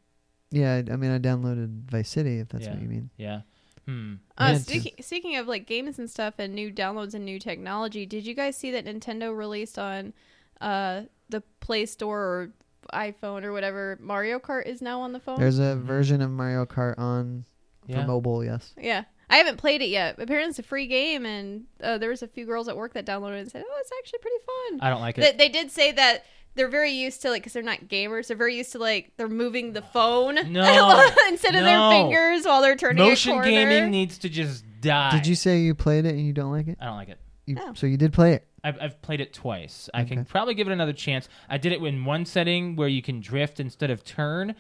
Yeah, I I mean, I downloaded Vice City, if that's
Yeah.
what you mean.
Yeah. Hmm.
Uh,
Yeah, it's-
speaking, speaking of like games and stuff and new downloads and new technology, did you guys see that Nintendo released on uh, the Play Store or iPhone or whatever Mario Kart is now on the phone?
There's a version of Mario Kart on
Yeah.
for mobile. Yes.
yeah, I haven't played it yet. Apparently, it's a free game, and uh, there was a few girls at work that downloaded it and said, "Oh, it's actually pretty fun."
I don't like
They,
it.
they did say that they're very used to like because they're not gamers. They're very used to like they're moving the phone
No.
instead
No.
of their fingers while they're turning a
Motion
corner.
gaming needs to just die.
Did you say you played it and you don't like it?
I don't like it.
You,
No.
So you did play it.
I've, I've played it twice. I can
Okay.
probably give it another chance. I did it in one setting where you can drift instead of turn.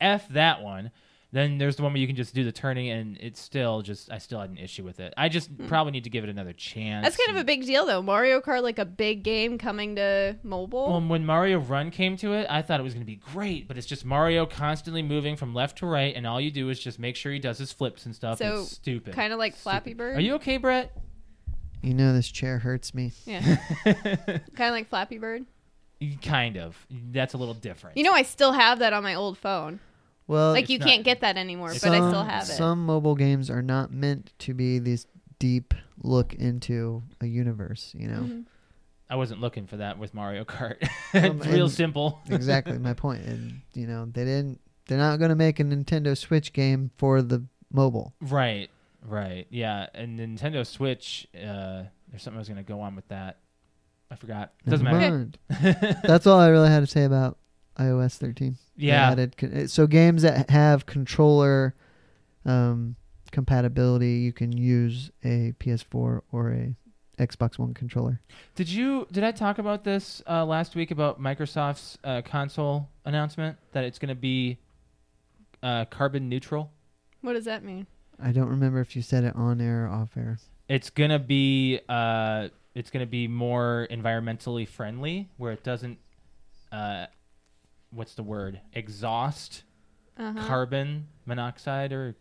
F that one. Then there's the one where you can just do the turning, and it's still just I still had an issue with it. I just probably need to give it another chance.
Hmm. That's kind of a big deal, though. Mario Kart, like a big game coming to mobile.
Well, when Mario Run came to it, I thought it was going to be great, but it's just Mario constantly moving from left to right, and all you do is just make sure he does his flips and stuff.
So,
it's stupid.
kind of like
Stupid.
Flappy Bird.
Are you okay, Brett?
You know this chair hurts me.
yeah, kind of like Flappy Bird.
kind of. That's a little different.
You know, I still have that on my old phone.
Well,
Like you
not-
can't get that anymore, but
it's
I
not-
still have it.
Some mobile games are not meant to be this deep look into a universe. You know
Mhm.
I wasn't looking for that with Mario Kart.
Um,
it's real
and-
simple.
exactly my point. And you know they didn't. They're not going to make a Nintendo Switch game for the mobile.
Right, right, yeah. And Nintendo Switch, uh, there's something I was gonna go on with that. I forgot. It doesn't
Never
matter.
mind. That's all I really had to say about iOS 13. They
yeah,
added con- so games that have controller um, compatibility, you can use a PS4 or a Xbox One controller.
Did you did I talk about this uh, last week about Microsoft's uh, console announcement that it's going to be uh, carbon neutral?
What does that mean?
I don't remember if you said it on air or off air.
It's going to be uh, it's going to be more environmentally friendly, where it doesn't uh, what's the word exhaust
Uh-huh.
carbon monoxide or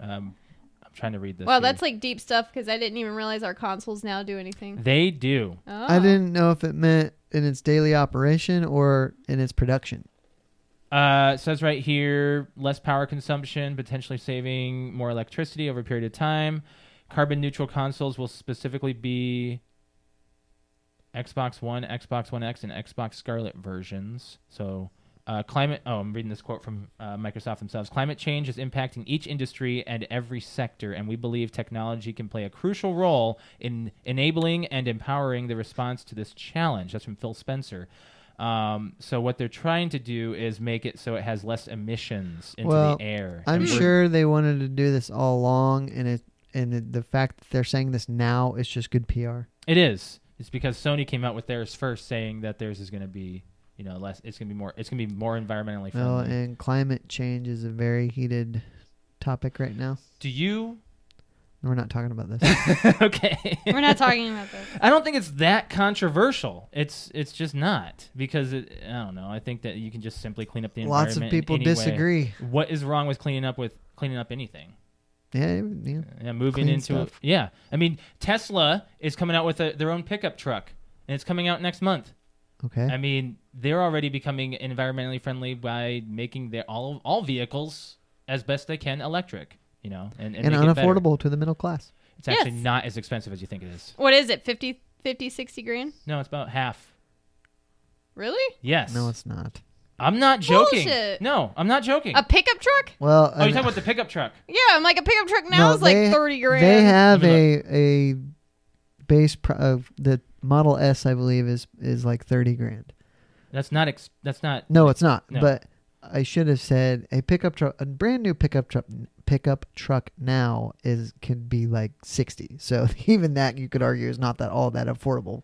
um, I'm trying to read this.
Wow,
here.
that's like deep stuff because I didn't even realize our consoles now do anything.
they do.
Oh.
I didn't know if it meant in its daily operation or in its production.
Uh, it says right here less power consumption, potentially saving more electricity over a period of time. Carbon neutral consoles will specifically be Xbox One, Xbox One X, and Xbox Scarlet versions. So, uh, climate. Oh, I'm reading this quote from uh, Microsoft themselves. Climate change is impacting each industry and every sector, and we believe technology can play a crucial role in enabling and empowering the response to this challenge. That's from Phil Spencer. Um, so, what they're trying to do is make it so it has less emissions into
Well,
the air.
I'm
And we're-
sure they wanted to do this all along, and it and the, the fact that they're saying this now is just good PR.
It is. It's because Sony came out with theirs first, saying that theirs is going to be, you know, less. It's going to be more. It's going to be more environmentally friendly.
Well, and climate change is a very heated topic right now.
Do you?
We're not talking about this.
okay.
We're not talking about this.
I don't think it's that controversial. It's it's just not because it, I don't know. I think that you can just simply clean up the environment.
Lots of
in
people
any way.
disagree.
What is wrong with cleaning up with cleaning up anything?
Yeah, yeah.
Yeah, moving
Clean
into
stuff.
yeah. I mean, Tesla is coming out with a, their own pickup truck, and it's coming out next month.
Okay.
I mean, they're already becoming environmentally friendly by making their all all vehicles as best they can electric. You know, and and,
and
make it better.
unaffordable to the middle class.
It's actually
Yes.
not as expensive as you think it is.
What is it? 50, 50 60 grand?
No, it's about half.
Really?
Yes.
No, it's not.
I'm not joking.
Bullshit.
No, I'm not joking.
A pickup truck?
Well,
oh, you're talking about the pickup truck.
Yeah, I'm like a pickup truck now
no,
is like
they-
thirty grand.
They have
Let
a a base pro- of the Model S, I believe, is is like thirty grand.
That's not ex- that's not
No, it's not.
No.
But I should have said a pickup truck, a brand new pickup truck, pickup truck now is can be like sixty. So even that you could argue is not that all that affordable.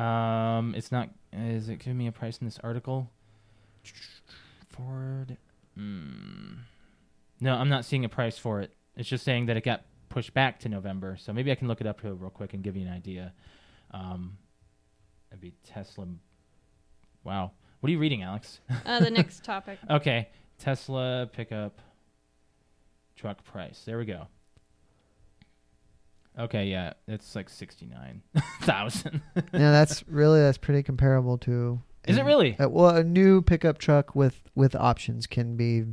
um it's not is it giving me a price in this article? Ford mm. No, I'm not seeing a price for it. It's just saying that it got pushed back to November. So maybe I can look it up here real quick and give you an idea. Um it'd be Tesla Wow. What are you reading, Alex?
Uh, the next topic.
Okay, Tesla pickup truck price. There we go. Okay, yeah, it's like sixty nine thousand.
now that's really that's pretty comparable to.
Is it
an-
really?
Uh, well, a new pickup truck with with options can be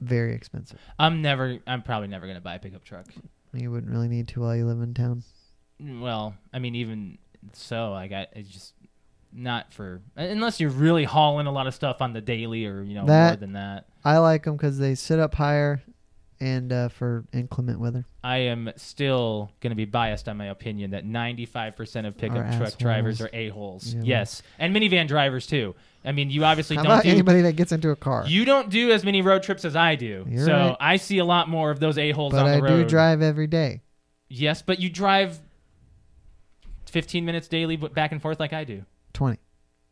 very expensive.
I'm never. I'm probably never gonna buy a pickup truck.
You wouldn't really need to while you live in town.
Well, I mean, even so, like, I it's just not for unless you're really hauling a lot of stuff on the daily or you know more
That-
than that.
I like them because they sit up higher, and uh, for inclement weather.
I am still going to be biased on my opinion that 95% of pickup
Are
truck drivers are
assholes.
a-holes.
Yeah.
Yes, and minivan drivers too. I mean, you obviously
How
don't
about
do
anybody that gets into a car?
you don't do as many road trips as I do.
You're
so,
right.
I see a lot more of those a-holes
but
on the
I
road.
do drive every day.
Yes, but you drive 15 minutes daily but back and forth like I do.
Twenty.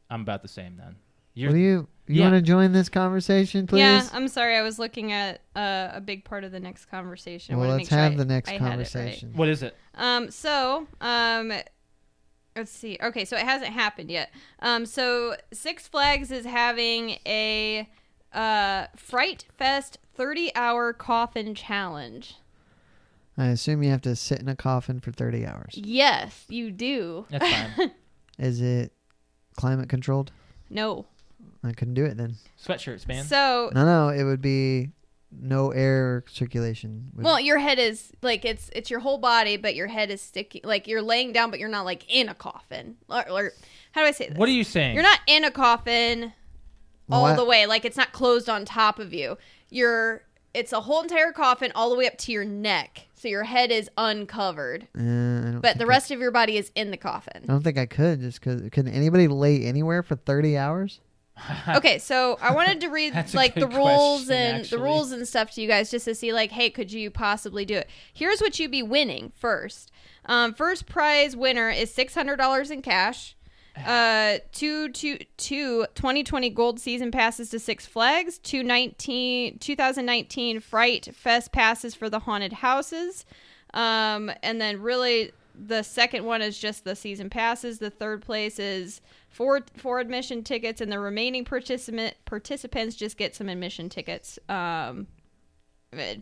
I'm about the same then. You're
Will you? You
Yeah.
want to join this conversation, please?
Yeah, I'm sorry. I was looking at uh, a big part of the next conversation. I
well,
wanna make
let's
sure
have
I-
the next
I had it right.
conversation.
What is it?
Um, so, um, let's see. Okay, so it hasn't happened yet. Um, so Six Flags is having a uh, Fright Fest 30 hour coffin challenge.
I assume you have to sit in a coffin for 30 hours.
Yes, you do.
That's fine.
Is it climate controlled?
No.
I couldn't do it then.
Sweatshirts, man.
So,
No, no, it would be no air circulation. Would-
well, your head is like it's it's your whole body, but your head is sticking. Like you're laying down, but you're not like in a coffin. Or, or how do I say this?
what are you saying?
You're not in a coffin all
Well, I-
the way. Like it's not closed on top of you. You're it's a whole entire coffin all the way up to your neck. So your head is uncovered,
Uh, I don't
but
think
the
I-
rest of your body is in the
I
coffin.
don't think I could just because. Can anybody lay anywhere for 30 hours?
Okay, so I wanted to read
That's a
like the
good
rules
question,
and
actually.
the rules and stuff to you guys just to see like, hey, could you possibly do it? Here's what you'd be winning first. Um, first prize winner is six hundred dollars in cash. Uh, two, two, two 2020 gold season passes to Six Flags, two 19, 2019 Fright Fest passes for the haunted houses. Um, and then really the second one is just the season passes. The third place is four, four admission tickets and the remaining participant participants just get some admission tickets, um,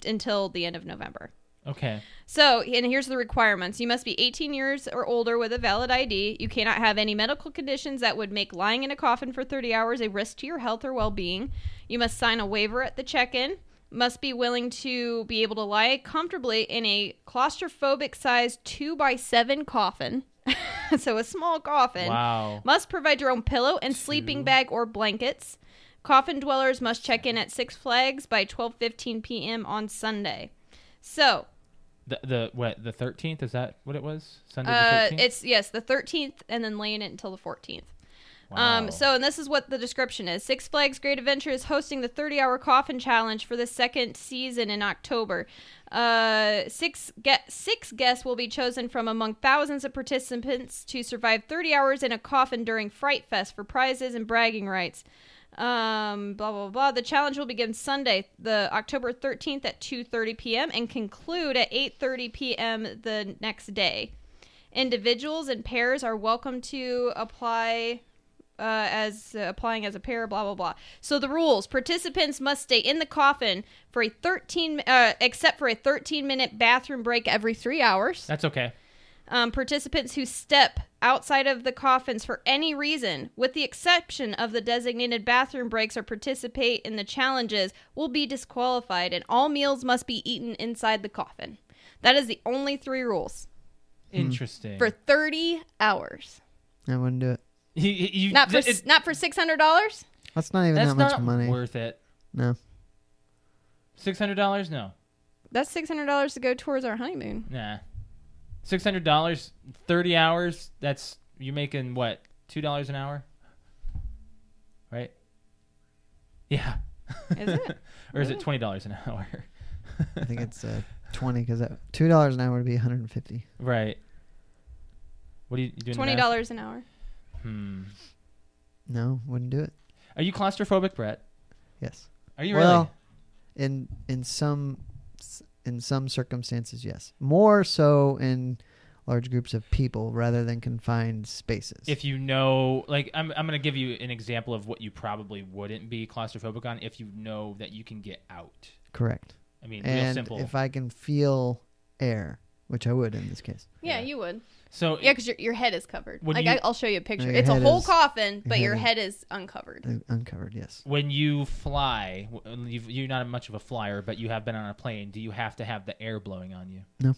until the end of November.
okay.
So, and here's the requirements. You must be 18 years or older with a valid ID. You cannot have any medical conditions that would make lying in a coffin for 30 hours a risk to your health or well being. You must sign a waiver at the check in. Must be willing to be able to lie comfortably in a claustrophobic size 2 by 7 coffin. so, a small coffin.
Wow.
Must provide your own pillow and sleeping bag or blankets. Coffin dwellers must check in at Six Flags by 12:15 p.m. on Sunday. So,
The the what the 13th is that what it was? Sunday
uh,
the 13th.
it's yes, the 13th, and then laying it until the 14th.
Wow.
Um, so, and this is what the description is Six Flags Great Adventure is hosting the 30 hour coffin challenge for the second season in October. Uh, six, ge- six guests will be chosen from among thousands of participants to survive 30 hours in a coffin during Fright Fest for prizes and bragging rights. Um, blah blah blah. The challenge will begin Sunday, the October 13th at 2:30 p.m. and conclude at 8:30 p.m. the next day. Individuals and pairs are welcome to apply uh, as uh, applying as a pair, blah blah blah. So the rules: participants must stay in the coffin for a 13, uh, except for a 13 minute bathroom break every three hours.
That's okay.
Um, participants who step outside of the coffins for any reason, with the exception of the designated bathroom breaks or participate in the challenges, will be disqualified, and all meals must be eaten inside the coffin. That is the only three rules
Hmm.
Interesting.
for 30 hours.
I wouldn't do it.
You- you-
Not for
it-
s not for $600.
That's not even
that's
that much
not
money.
worth it.
No.
Six hundred dollars? No,
That's six hundred dollars to go towards our honeymoon.
nah. Six hundred dollars, thirty hours. That's you making what two dollars an hour, right? Yeah.
Is it?
or
Mm.
is it twenty dollars an hour?
I think it's uh, 20 because $2 an hour would be 150
right. What are you, you doing? the
Twenty
math?
dollars an hour.
Hmm.
No, wouldn't do it.
Are you claustrophobic, Brett?
Yes.
Are you
Well, in in some in some circumstances, yes. More so in large groups of people rather than confined spaces.
really? If you know, like, I'm, I'm going to give you an example of what you probably wouldn't be claustrophobic on if you know that you can get out.
correct.
I mean, real
And
simple.
if I can feel air, which I would in this case.
Yeah,
Yeah.
you would.
So
Yeah, because your, your head is covered.
When
like
you-
I, I'll show you a picture.
your
It's a
head
whole
is-
coffin, but your
head
head is uncovered.
Un- uh, Uncovered, yes.
when you fly, w- you've, you're not much of a flyer, but you have been on a plane. Do you have to have the air blowing on you?
No.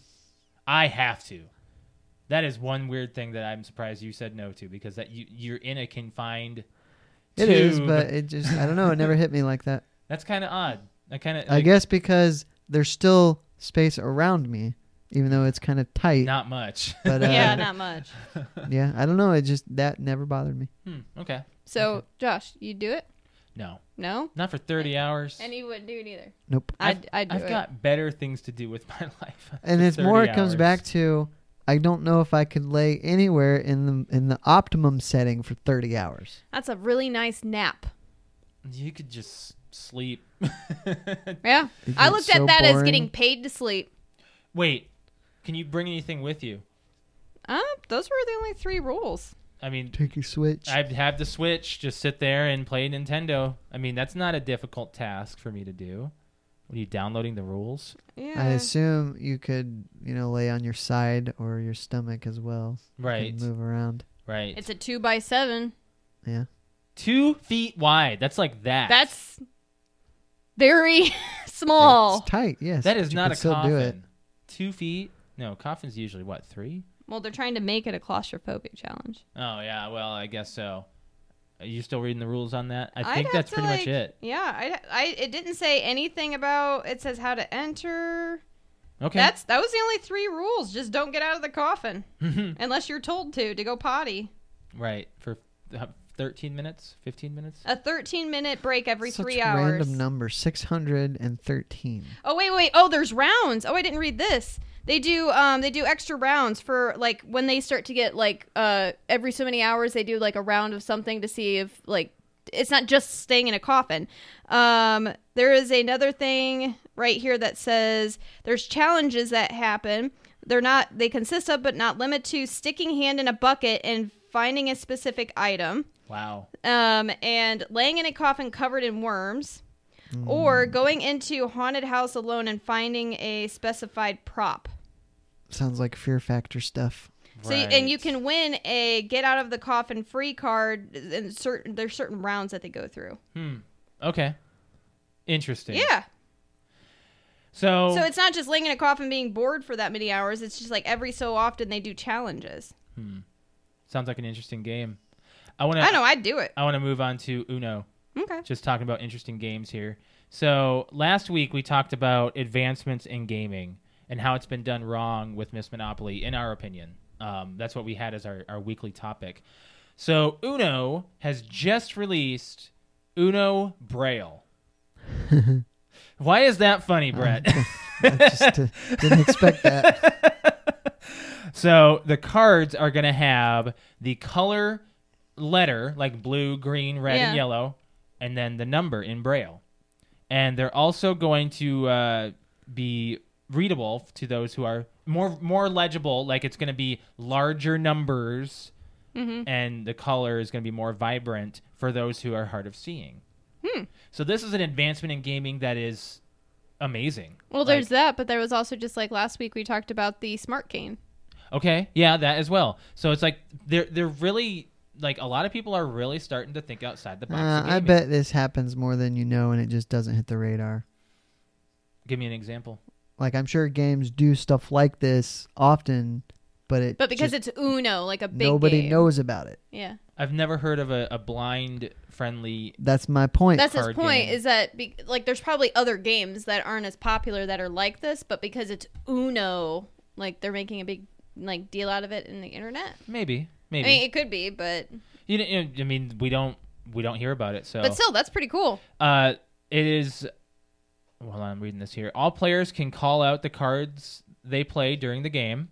I have to. That is one weird thing that I'm surprised you said no to because that you you're in a confined.
It is,
tube.
but it just, I don't know. It never hit me like that.
that's kind of odd. I kind of
I guess because there's still space around me, even though it's kind of tight.
not much.
but uh,
yeah, not much.
yeah, I don't know. It just, that never bothered me.
Hmm, okay,
So, Josh, you do it?
no,
No,
not for 30 hours.
and you wouldn't do it either.
Nope.
I'd, I'd do
I've
it.
got better things to do with my life.
and
than
it's more
30
it comes
hours.
back to I don't know if I could lay anywhere in the in the optimum setting for 30 hours.
That's a really nice nap.
You could just sleep.
Yeah,
It
I
gets
looked
so
at that as
boring.
getting paid to sleep.
Wait, can you bring anything with you?
Uh, those were the only three rules.
I mean,
take your switch.
I'd have the Switch, just sit there and play Nintendo. I mean, that's not a difficult task for me to do. What are you downloading the rules?
Yeah,
I assume you could, you know, lay on your side or your stomach as well.
Right,
And move around.
right.
it's a two by seven.
Yeah.
two feet wide. That's like that.
That's very small.
It's tight, yes.
that is
but you
not
could
a
still
coffin.
do it.
Two feet? No, coffin's usually what three?
Well, they're trying to make it a claustrophobic challenge.
Oh yeah, well I guess so. Are you still reading the rules on that? I
I'd
think
have
that's
to,
pretty
like-
much it.
Yeah, I, I it didn't say anything about it says how to enter.
Okay.
That's that was the only three rules. Just don't get out of the coffin unless you're told to to go potty.
right for uh, thirteen minutes, fifteen minutes.
A 13 minute break every
Such
three hours.
random number, 613.
Oh wait, wait. Oh, there's rounds. Oh, I didn't read this. They do um they do extra rounds for like when they start to get like uh every so many hours they do like a round of something to see if like it's not just staying in a coffin. Um there is another thing right here that says there's challenges that happen. They're not they consist of but not limit to sticking hand in a bucket and finding a specific item
Wow.
um, and laying in a coffin covered in worms, or
Hmm.
going into haunted house alone and finding a specified prop.
Sounds like fear factor stuff.
So you, and you can win a get out of the coffin free card. And certain there's certain rounds that they go through.
Hmm. Okay. Interesting.
Yeah.
So,
So it's not just laying in a coffin being bored for that many hours. It's just like every so often they do challenges.
sounds like an interesting game. I want
I
to.
know I'd do it.
I want to move on to Uno.
Okay.
Just talking about interesting games here. So last week we talked about advancements in gaming and how it's been done wrong with Miss Monopoly, in our opinion. Um, that's what we had as our, our weekly topic. So Uno has just released Uno Braille. Why is that funny, Brett?
I just uh, didn't expect that.
So the cards are going to have the color letter, like blue, green, red,
Yeah.
and yellow, and then the number in braille. And they're also going to uh, be readable to those who are more more legible. Like it's going to be larger numbers,
Mm-hmm.
and the color is going to be more vibrant for those who are hard of seeing.
Hmm.
So this is an advancement in gaming that is amazing.
Well,
Like-
there's that, but there was also just like last week we talked about the smart cane.
Okay, yeah, that as well. So it's like they're they're really like a lot of people are really starting to think outside the box.
Uh,
of
I
gaming.
bet this happens more than you know and it just doesn't hit the radar.
Give me an example.
like I'm sure games do stuff like this often, but it
But because
just-
it's Uno, like a big
nobody
game.
knows about it.
Yeah.
I've never heard of a, a blind friendly.
That's my point.
That's his
card
point.
game.
Is that be, like there's probably other games that aren't as popular that are like this, but because it's Uno, like they're making a big like deal out of it in the internet.
Maybe,
I
maybe.
mean, it could be, but
you, don't- you know, I mean, we don't we don't hear about it. So
but still, that's pretty cool.
Uh, it is. Well, I'm reading this here. All players can call out the cards they play during the game,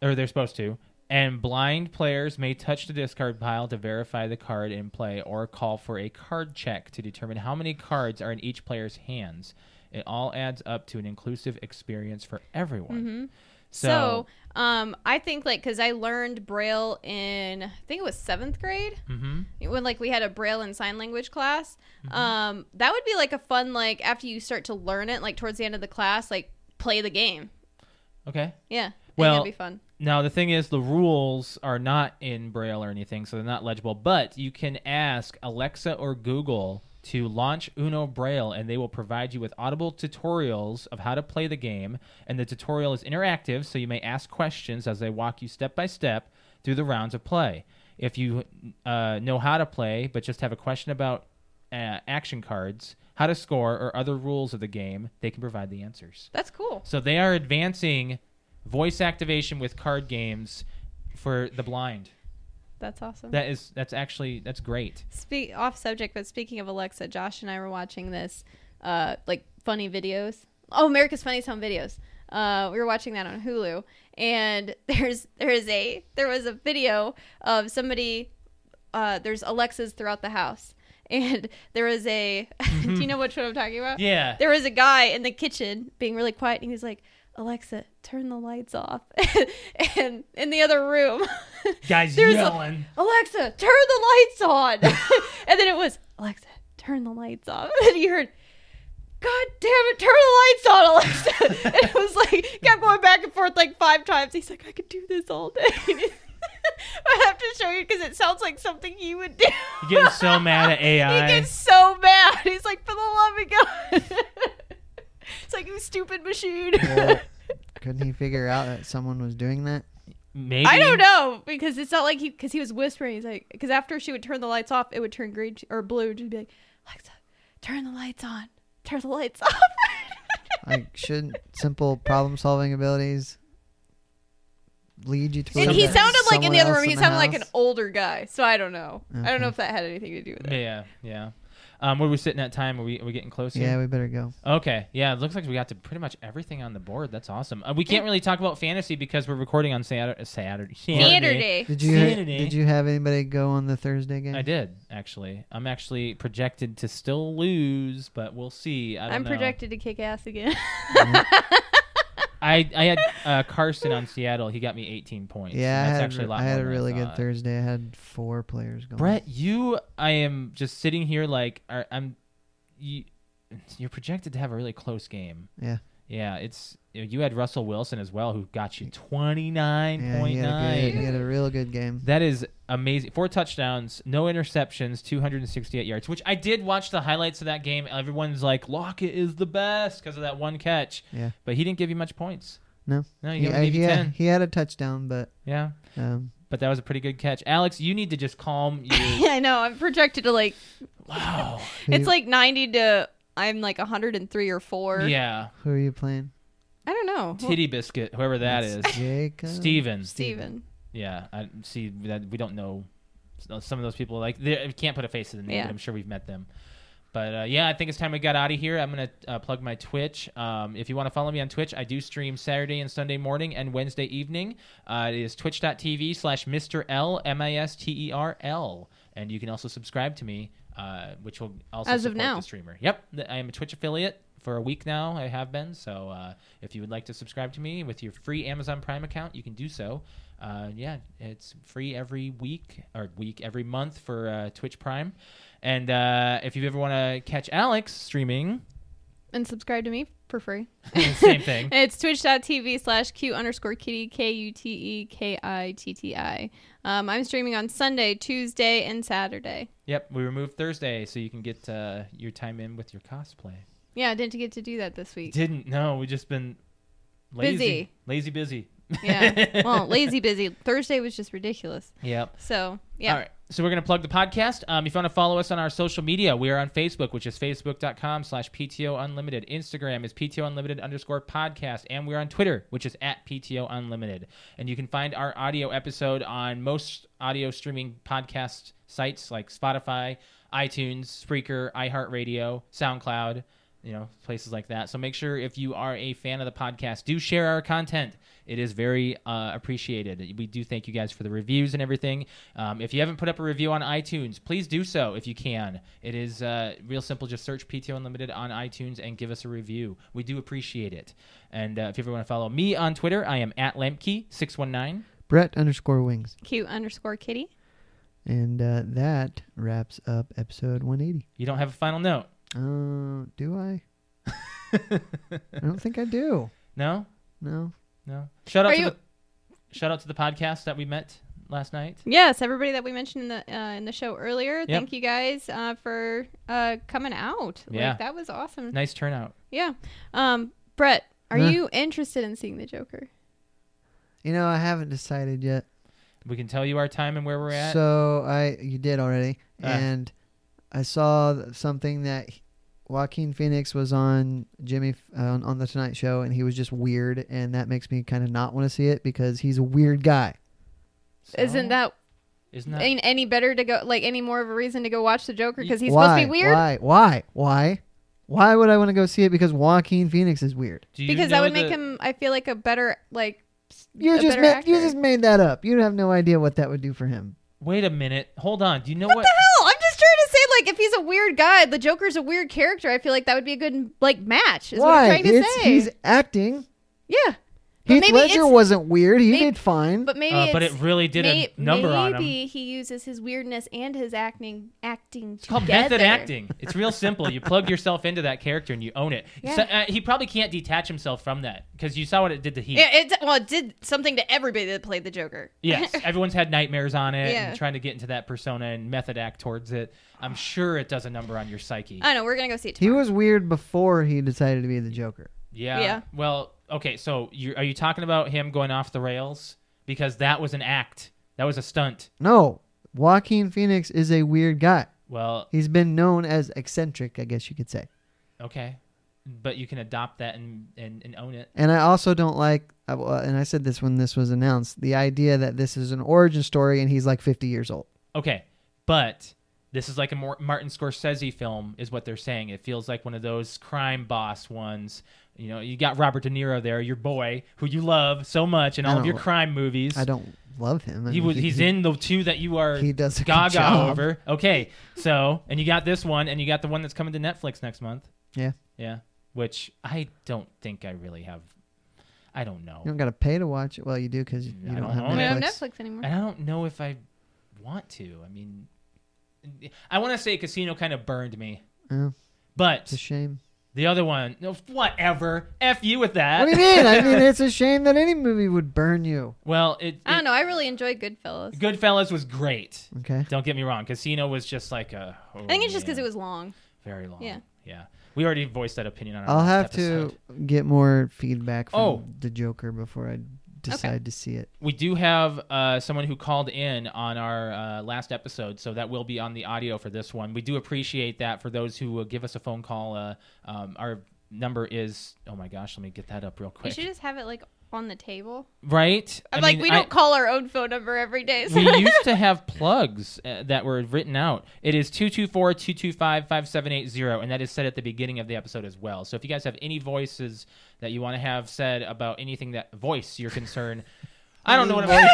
or they're supposed to. And blind players may touch the discard pile to verify the card in play, or call for a card check to determine how many cards are in each player's hands. It all adds up to an inclusive experience for everyone.
So, um, I think like because I learned Braille in I think it was seventh grade
hmm
when like we had a Braille and sign language class.
Mm-hmm.
Um, that would be like a fun like after you start to learn it, like towards the end of the class, like play the game.
okay.
Yeah.
Well,
that'd be fun.
Now the thing is, the rules are not in Braille or anything, so they're not legible. But you can ask Alexa or Google to launch Uno Braille, and they will provide you with audible tutorials of how to play the game. And the tutorial is interactive, so you may ask questions as they walk you step by step through the rounds of play. If you uh, know how to play, but just have a question about uh, action cards, how to score, or other rules of the game, they can provide the answers.
That's cool.
So they are advancing voice activation with card games for the blind.
That's awesome.
That is that's actually that's great.
Speak off subject, but speaking of Alexa, Josh and I were watching this, uh, like funny videos. Oh, America's Funniest Home Videos. Uh, we were watching that on Hulu, and there's there is a there was a video of somebody. Uh, there's Alexas throughout the house, and there was a. do you know which one I'm talking about?
Yeah.
there was a guy in the kitchen being really quiet and he was like alexa turn the lights off and in the other room
Guys
there's a- alexa turn the lights on and then it was alexa turn the lights off and you heard god damn it turn the lights on alexa and it was like kept going back and forth like five times he's like i could do this all day i have to show you because it sounds like something he would do
You're getting so mad at AI.
he gets so mad. He's like, for the love of God. it's like, you stupid machine.
Well, couldn't he figure out that someone was doing that?
Maybe
I don't know because it's not like he, because he was whispering. He's like, because after she would turn the lights off, it would turn green or blue. Just be like, Alexa, turn the lights on. Turn the lights off.
Like, shouldn't simple problem solving abilities lead you to?
and he
something-
sounded like in the
someone
other
else
room, he
in the
sounded like an
house?
older guy. So I don't know. I don't
Okay.
know if that had anything to do with it.
Yeah, yeah. Um, where are we sitting at time? Are we, are we getting close
Yeah,
here?
we better go.
Okay. Yeah, it looks like we got to pretty much everything on the board. That's awesome. Uh, we can't really talk about fantasy because we're recording on Saturday. Saturday.
Saturday.
Did you
Sanity.
did you have anybody go on the Thursday game?
I did actually. I'm actually projected to still lose, but we'll see. I don't
I'm
know.
projected to kick ass again.
I I had uh, Carson on Seattle. He got me 18 points.
Yeah, I
and that's
had,
actually a
a, re-
lot
I had
more
a
than I
really good
thought.
Thursday. I had four players going.
Brett, you, I am just sitting here like are- I'm. You, you're projected to have a really close game.
Yeah.
Yeah, it's you had Russell Wilson as well, who got you 29.9.
yeah, he had, a good, he had a real good game.
That is amazing. Four touchdowns, no interceptions, 268 yards, which I did watch the highlights of that game. Everyone's like, Lockett is the best because of that one catch.
Yeah.
But he didn't give you much points.
No.
No, he,
He, uh,
only
I-
gave
he
you E
had,
10.
he had a touchdown, but
Yeah.
um,
But that was a pretty good catch. Alex, you need to just calm your.
yeah, I know. I'm projected to like
wow.
who,
It's
you-
like 90 to I'm like 103 or 4.
Yeah.
who are you playing?
I don't know.
Titty Biscuit, whoever that is.
Jacob.
Steven.
Steven.
Yeah. I see that we don't know uh, some of those people. Like, they we can't put a face to the name,
Yeah.
but I'm sure we've met them. But uh, yeah, I think it's time we got out of here. I'm gonna uh, plug my Twitch. Um, if you want to follow me on Twitch, I do stream Saturday and Sunday morning and Wednesday evening. Uh, it is Twitch.tv/slash Mr L M I S T E R L, and you can also subscribe to me, uh, which will also
As of
support
now.
the streamer. Yep, th- I am a Twitch affiliate for a week now. I have been. So uh, if you would like to subscribe to me with your free Amazon Prime account, you can do so. Uh, yeah, it's free every week or week every month for uh, Twitch Prime. And uh, if you ever want to catch Alex streaming,
And subscribe to me for free.
same thing.
It's twitch.tv slash Q underscore kitty, K U T E K I T T I. Um, I'm streaming on Sunday, Tuesday, and Saturday.
Yep, we removed Thursday so you can get uh, your time in with your cosplay.
Yeah, I didn't get to do that this week.
Didn't no, we just been lazy,
Busy.
lazy, busy.
Yeah. well, lazy busy. Thursday was just ridiculous.
Yep.
So, yeah.
All right. So we're going to plug the podcast. Um, if you want to follow us on our social media, we are on Facebook, which is facebook.com slash PTO Unlimited. Instagram is PTO Unlimited underscore podcast. And we're on Twitter, which is at PTO Unlimited. And you can find our audio episode on most audio streaming podcast sites like Spotify, iTunes, Spreaker, iHeartRadio, SoundCloud, you know, places like that. So make sure if you are a fan of the podcast, do share our content. It is very uh, appreciated. We do thank you guys for the reviews and everything. Um, if you haven't put up a review on iTunes, please do so if you can. It is uh, real simple. Just search PTO Unlimited on iTunes and give us a review. We do appreciate it. And uh, if you ever want to follow me on Twitter, I am at Lampkey619.
Brett underscore wings,
Q underscore kitty. and
and uh, that wraps up episode 180.
You don't have a final note.
Uh, do I? I don't think I do.
No?
No.
No. Shout out
Are
to
you-
the Shout out to the podcast that we met last night.
Yes, everybody that we mentioned in the uh, in the show earlier.
Yep.
Thank you guys uh, for uh, coming out.
Yeah.
like, that was awesome.
Nice turnout.
Yeah, um, Brett, are
Mm.
Huh?
you interested in seeing the Joker?
You know, I haven't decided yet.
We can tell you our time and where we're at.
So I you did already,
Ah.
and I saw th- something that he- Joaquin Phoenix was on Jimmy F- uh, on, on the Tonight Show, and he was just weird, and that makes me kind of not want to see it because he's a weird guy.
So-
Isn't that
Isn't that?
ain't any better to go like any more of a reason to go watch the Joker because he's
why?
supposed to be weird?
Why? Why? Why? Why would I want to go see it because Joaquin Phoenix is weird?
do you
Because that
know
would make
the-
him. I feel like a better like. s-
You
a
just
better
ma-
actor.
you just made that up. You have no idea what that would do for him.
Wait a minute. Hold on. Do you know
What
what?
the hell? I'm just trying to say, like, if he's a weird guy, the Joker's a weird character. I feel like that would be a good like match. Is what
Why?
I'm trying to
It's-
say.
He's acting.
Yeah, But
Heath
maybe
Ledger
it's-
wasn't weird. He
maybe-
did fine.
but maybe.
Uh,
it's,
but it really did
may-
a number
maybe
on him.
he uses his weirdness and his acting acting
It's called method acting. It's real simple. You plug yourself into that character and you own it.
Yeah.
So, uh, he probably can't detach himself from that because you saw what it did to Heath.
Yeah, it well, it did something to everybody that played the Joker.
Yes, everyone's had nightmares on it
Yeah.
and trying to get into that persona and method act towards it. I'm sure it does a number on your psyche.
I know we're gonna go see it.
he
tomorrow.
was weird before he decided to be the Joker.
yeah.
yeah.
Well, okay. So you, are you talking about him going off the rails because that was an act? That was a stunt.
No, Joaquin Phoenix is a weird guy.
Well,
He's been known as eccentric, I guess you could say.
okay, but you can adopt that and and, and own it.
And I also don't like, I- uh, and I said this when this was announced, the idea that this is an origin story and he's like 50 years old.
Okay, but this is like a more Martin Scorsese film, is what they're saying. It feels like one of those crime boss ones. You know, you got Robert De Niro there, your boy, who you love so much, in
I
all of
don't-
your crime movies.
I don't love him. I
He
mean,
was, he's in the two that you are
He does a good
gaga
job.
over. Okay, so and you got this one, and you got the one that's coming to Netflix next month.
Yeah.
yeah. Which I don't think I really have. I don't know,
You don't got to pay to watch it. Well, you do because you
I
don't,
don't
have
own
we
it.
Netflix.
don't have Netflix anymore.
and I don't know if I want to. I mean, I want to say Casino kind of burned me,
Yeah,
but
it's a shame.
the other one, no, whatever. F you with that.
What do you mean? I mean, it's a shame that any movie would burn you.
well, it,
I
it
don't know. I really enjoy Goodfellas.
Goodfellas was great.
Okay.
Don't get me wrong. Casino was just like a. oh,
I think it's just because
man.
it was long.
Very long.
Yeah.
Yeah. We already voiced that opinion on our
I'll
last
have
episode.
to get more feedback from
Oh.
the Joker before I decide to see it.
We do have uh, someone who called in on our uh, last episode, so that will be on the audio for this one. We do appreciate that for those who will give us a phone call. Uh, um, our number is oh my gosh, let me get that up real
You
quick.
should just have it like on the table.
Right?
I'm
I
like,
mean,
we
I-
don't call our own phone number every day. So.
we used to have plugs uh, that were written out. It is 224 225 5780, and that is said at the beginning of the episode as well. So if you guys have any voices that you want to have said about anything that voice your concern, I don't know what I'm saying.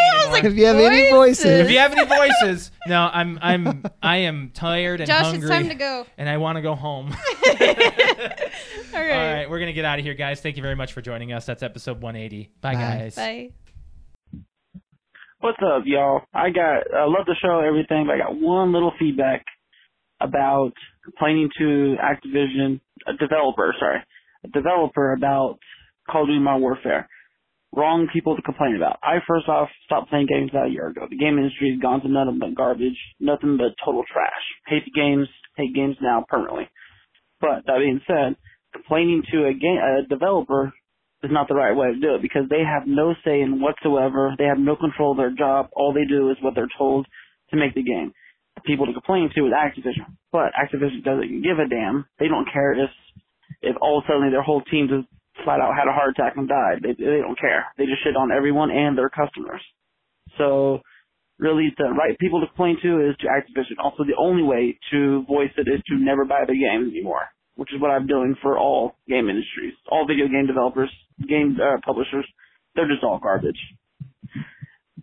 anymore.
if you have any
voices.
voices,
if you have any voices, no, I'm I'm I am tired and
Josh,
hungry,
it's time to go.
and I want to go home.
All
All
right.
right, we're gonna get out of here, guys. Thank you very much for joining us. That's episode 180. Bye,
Bye.
guys.
Bye.
What's up, y'all? I got I love the show, everything, but I got one little feedback about complaining to Activision, a developer, sorry, a developer about Call of Duty Modern Warfare. Wrong people to complain about. I first off stopped playing games about a year ago. The game industry has gone to nothing but garbage, nothing but total trash. Hate the games, hate games now permanently. But that being said, complaining to a game a developer is not the right way to do it because they have no say in whatsoever. They have no control of their job. All they do is what they're told to make the game. The people to complain to is Activision, but Activision doesn't give a damn. They don't care if if all of a sudden their whole team just flat out had a heart attack and died. They they don't care. They just shit on everyone and their customers. So really, the right people to complain to is to Activision. Also, the only way to voice it is to never buy their games anymore which is what I'm doing for all game industries, all video game developers, game uh, publishers. They're just all garbage.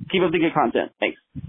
Keep up the good content. Thanks.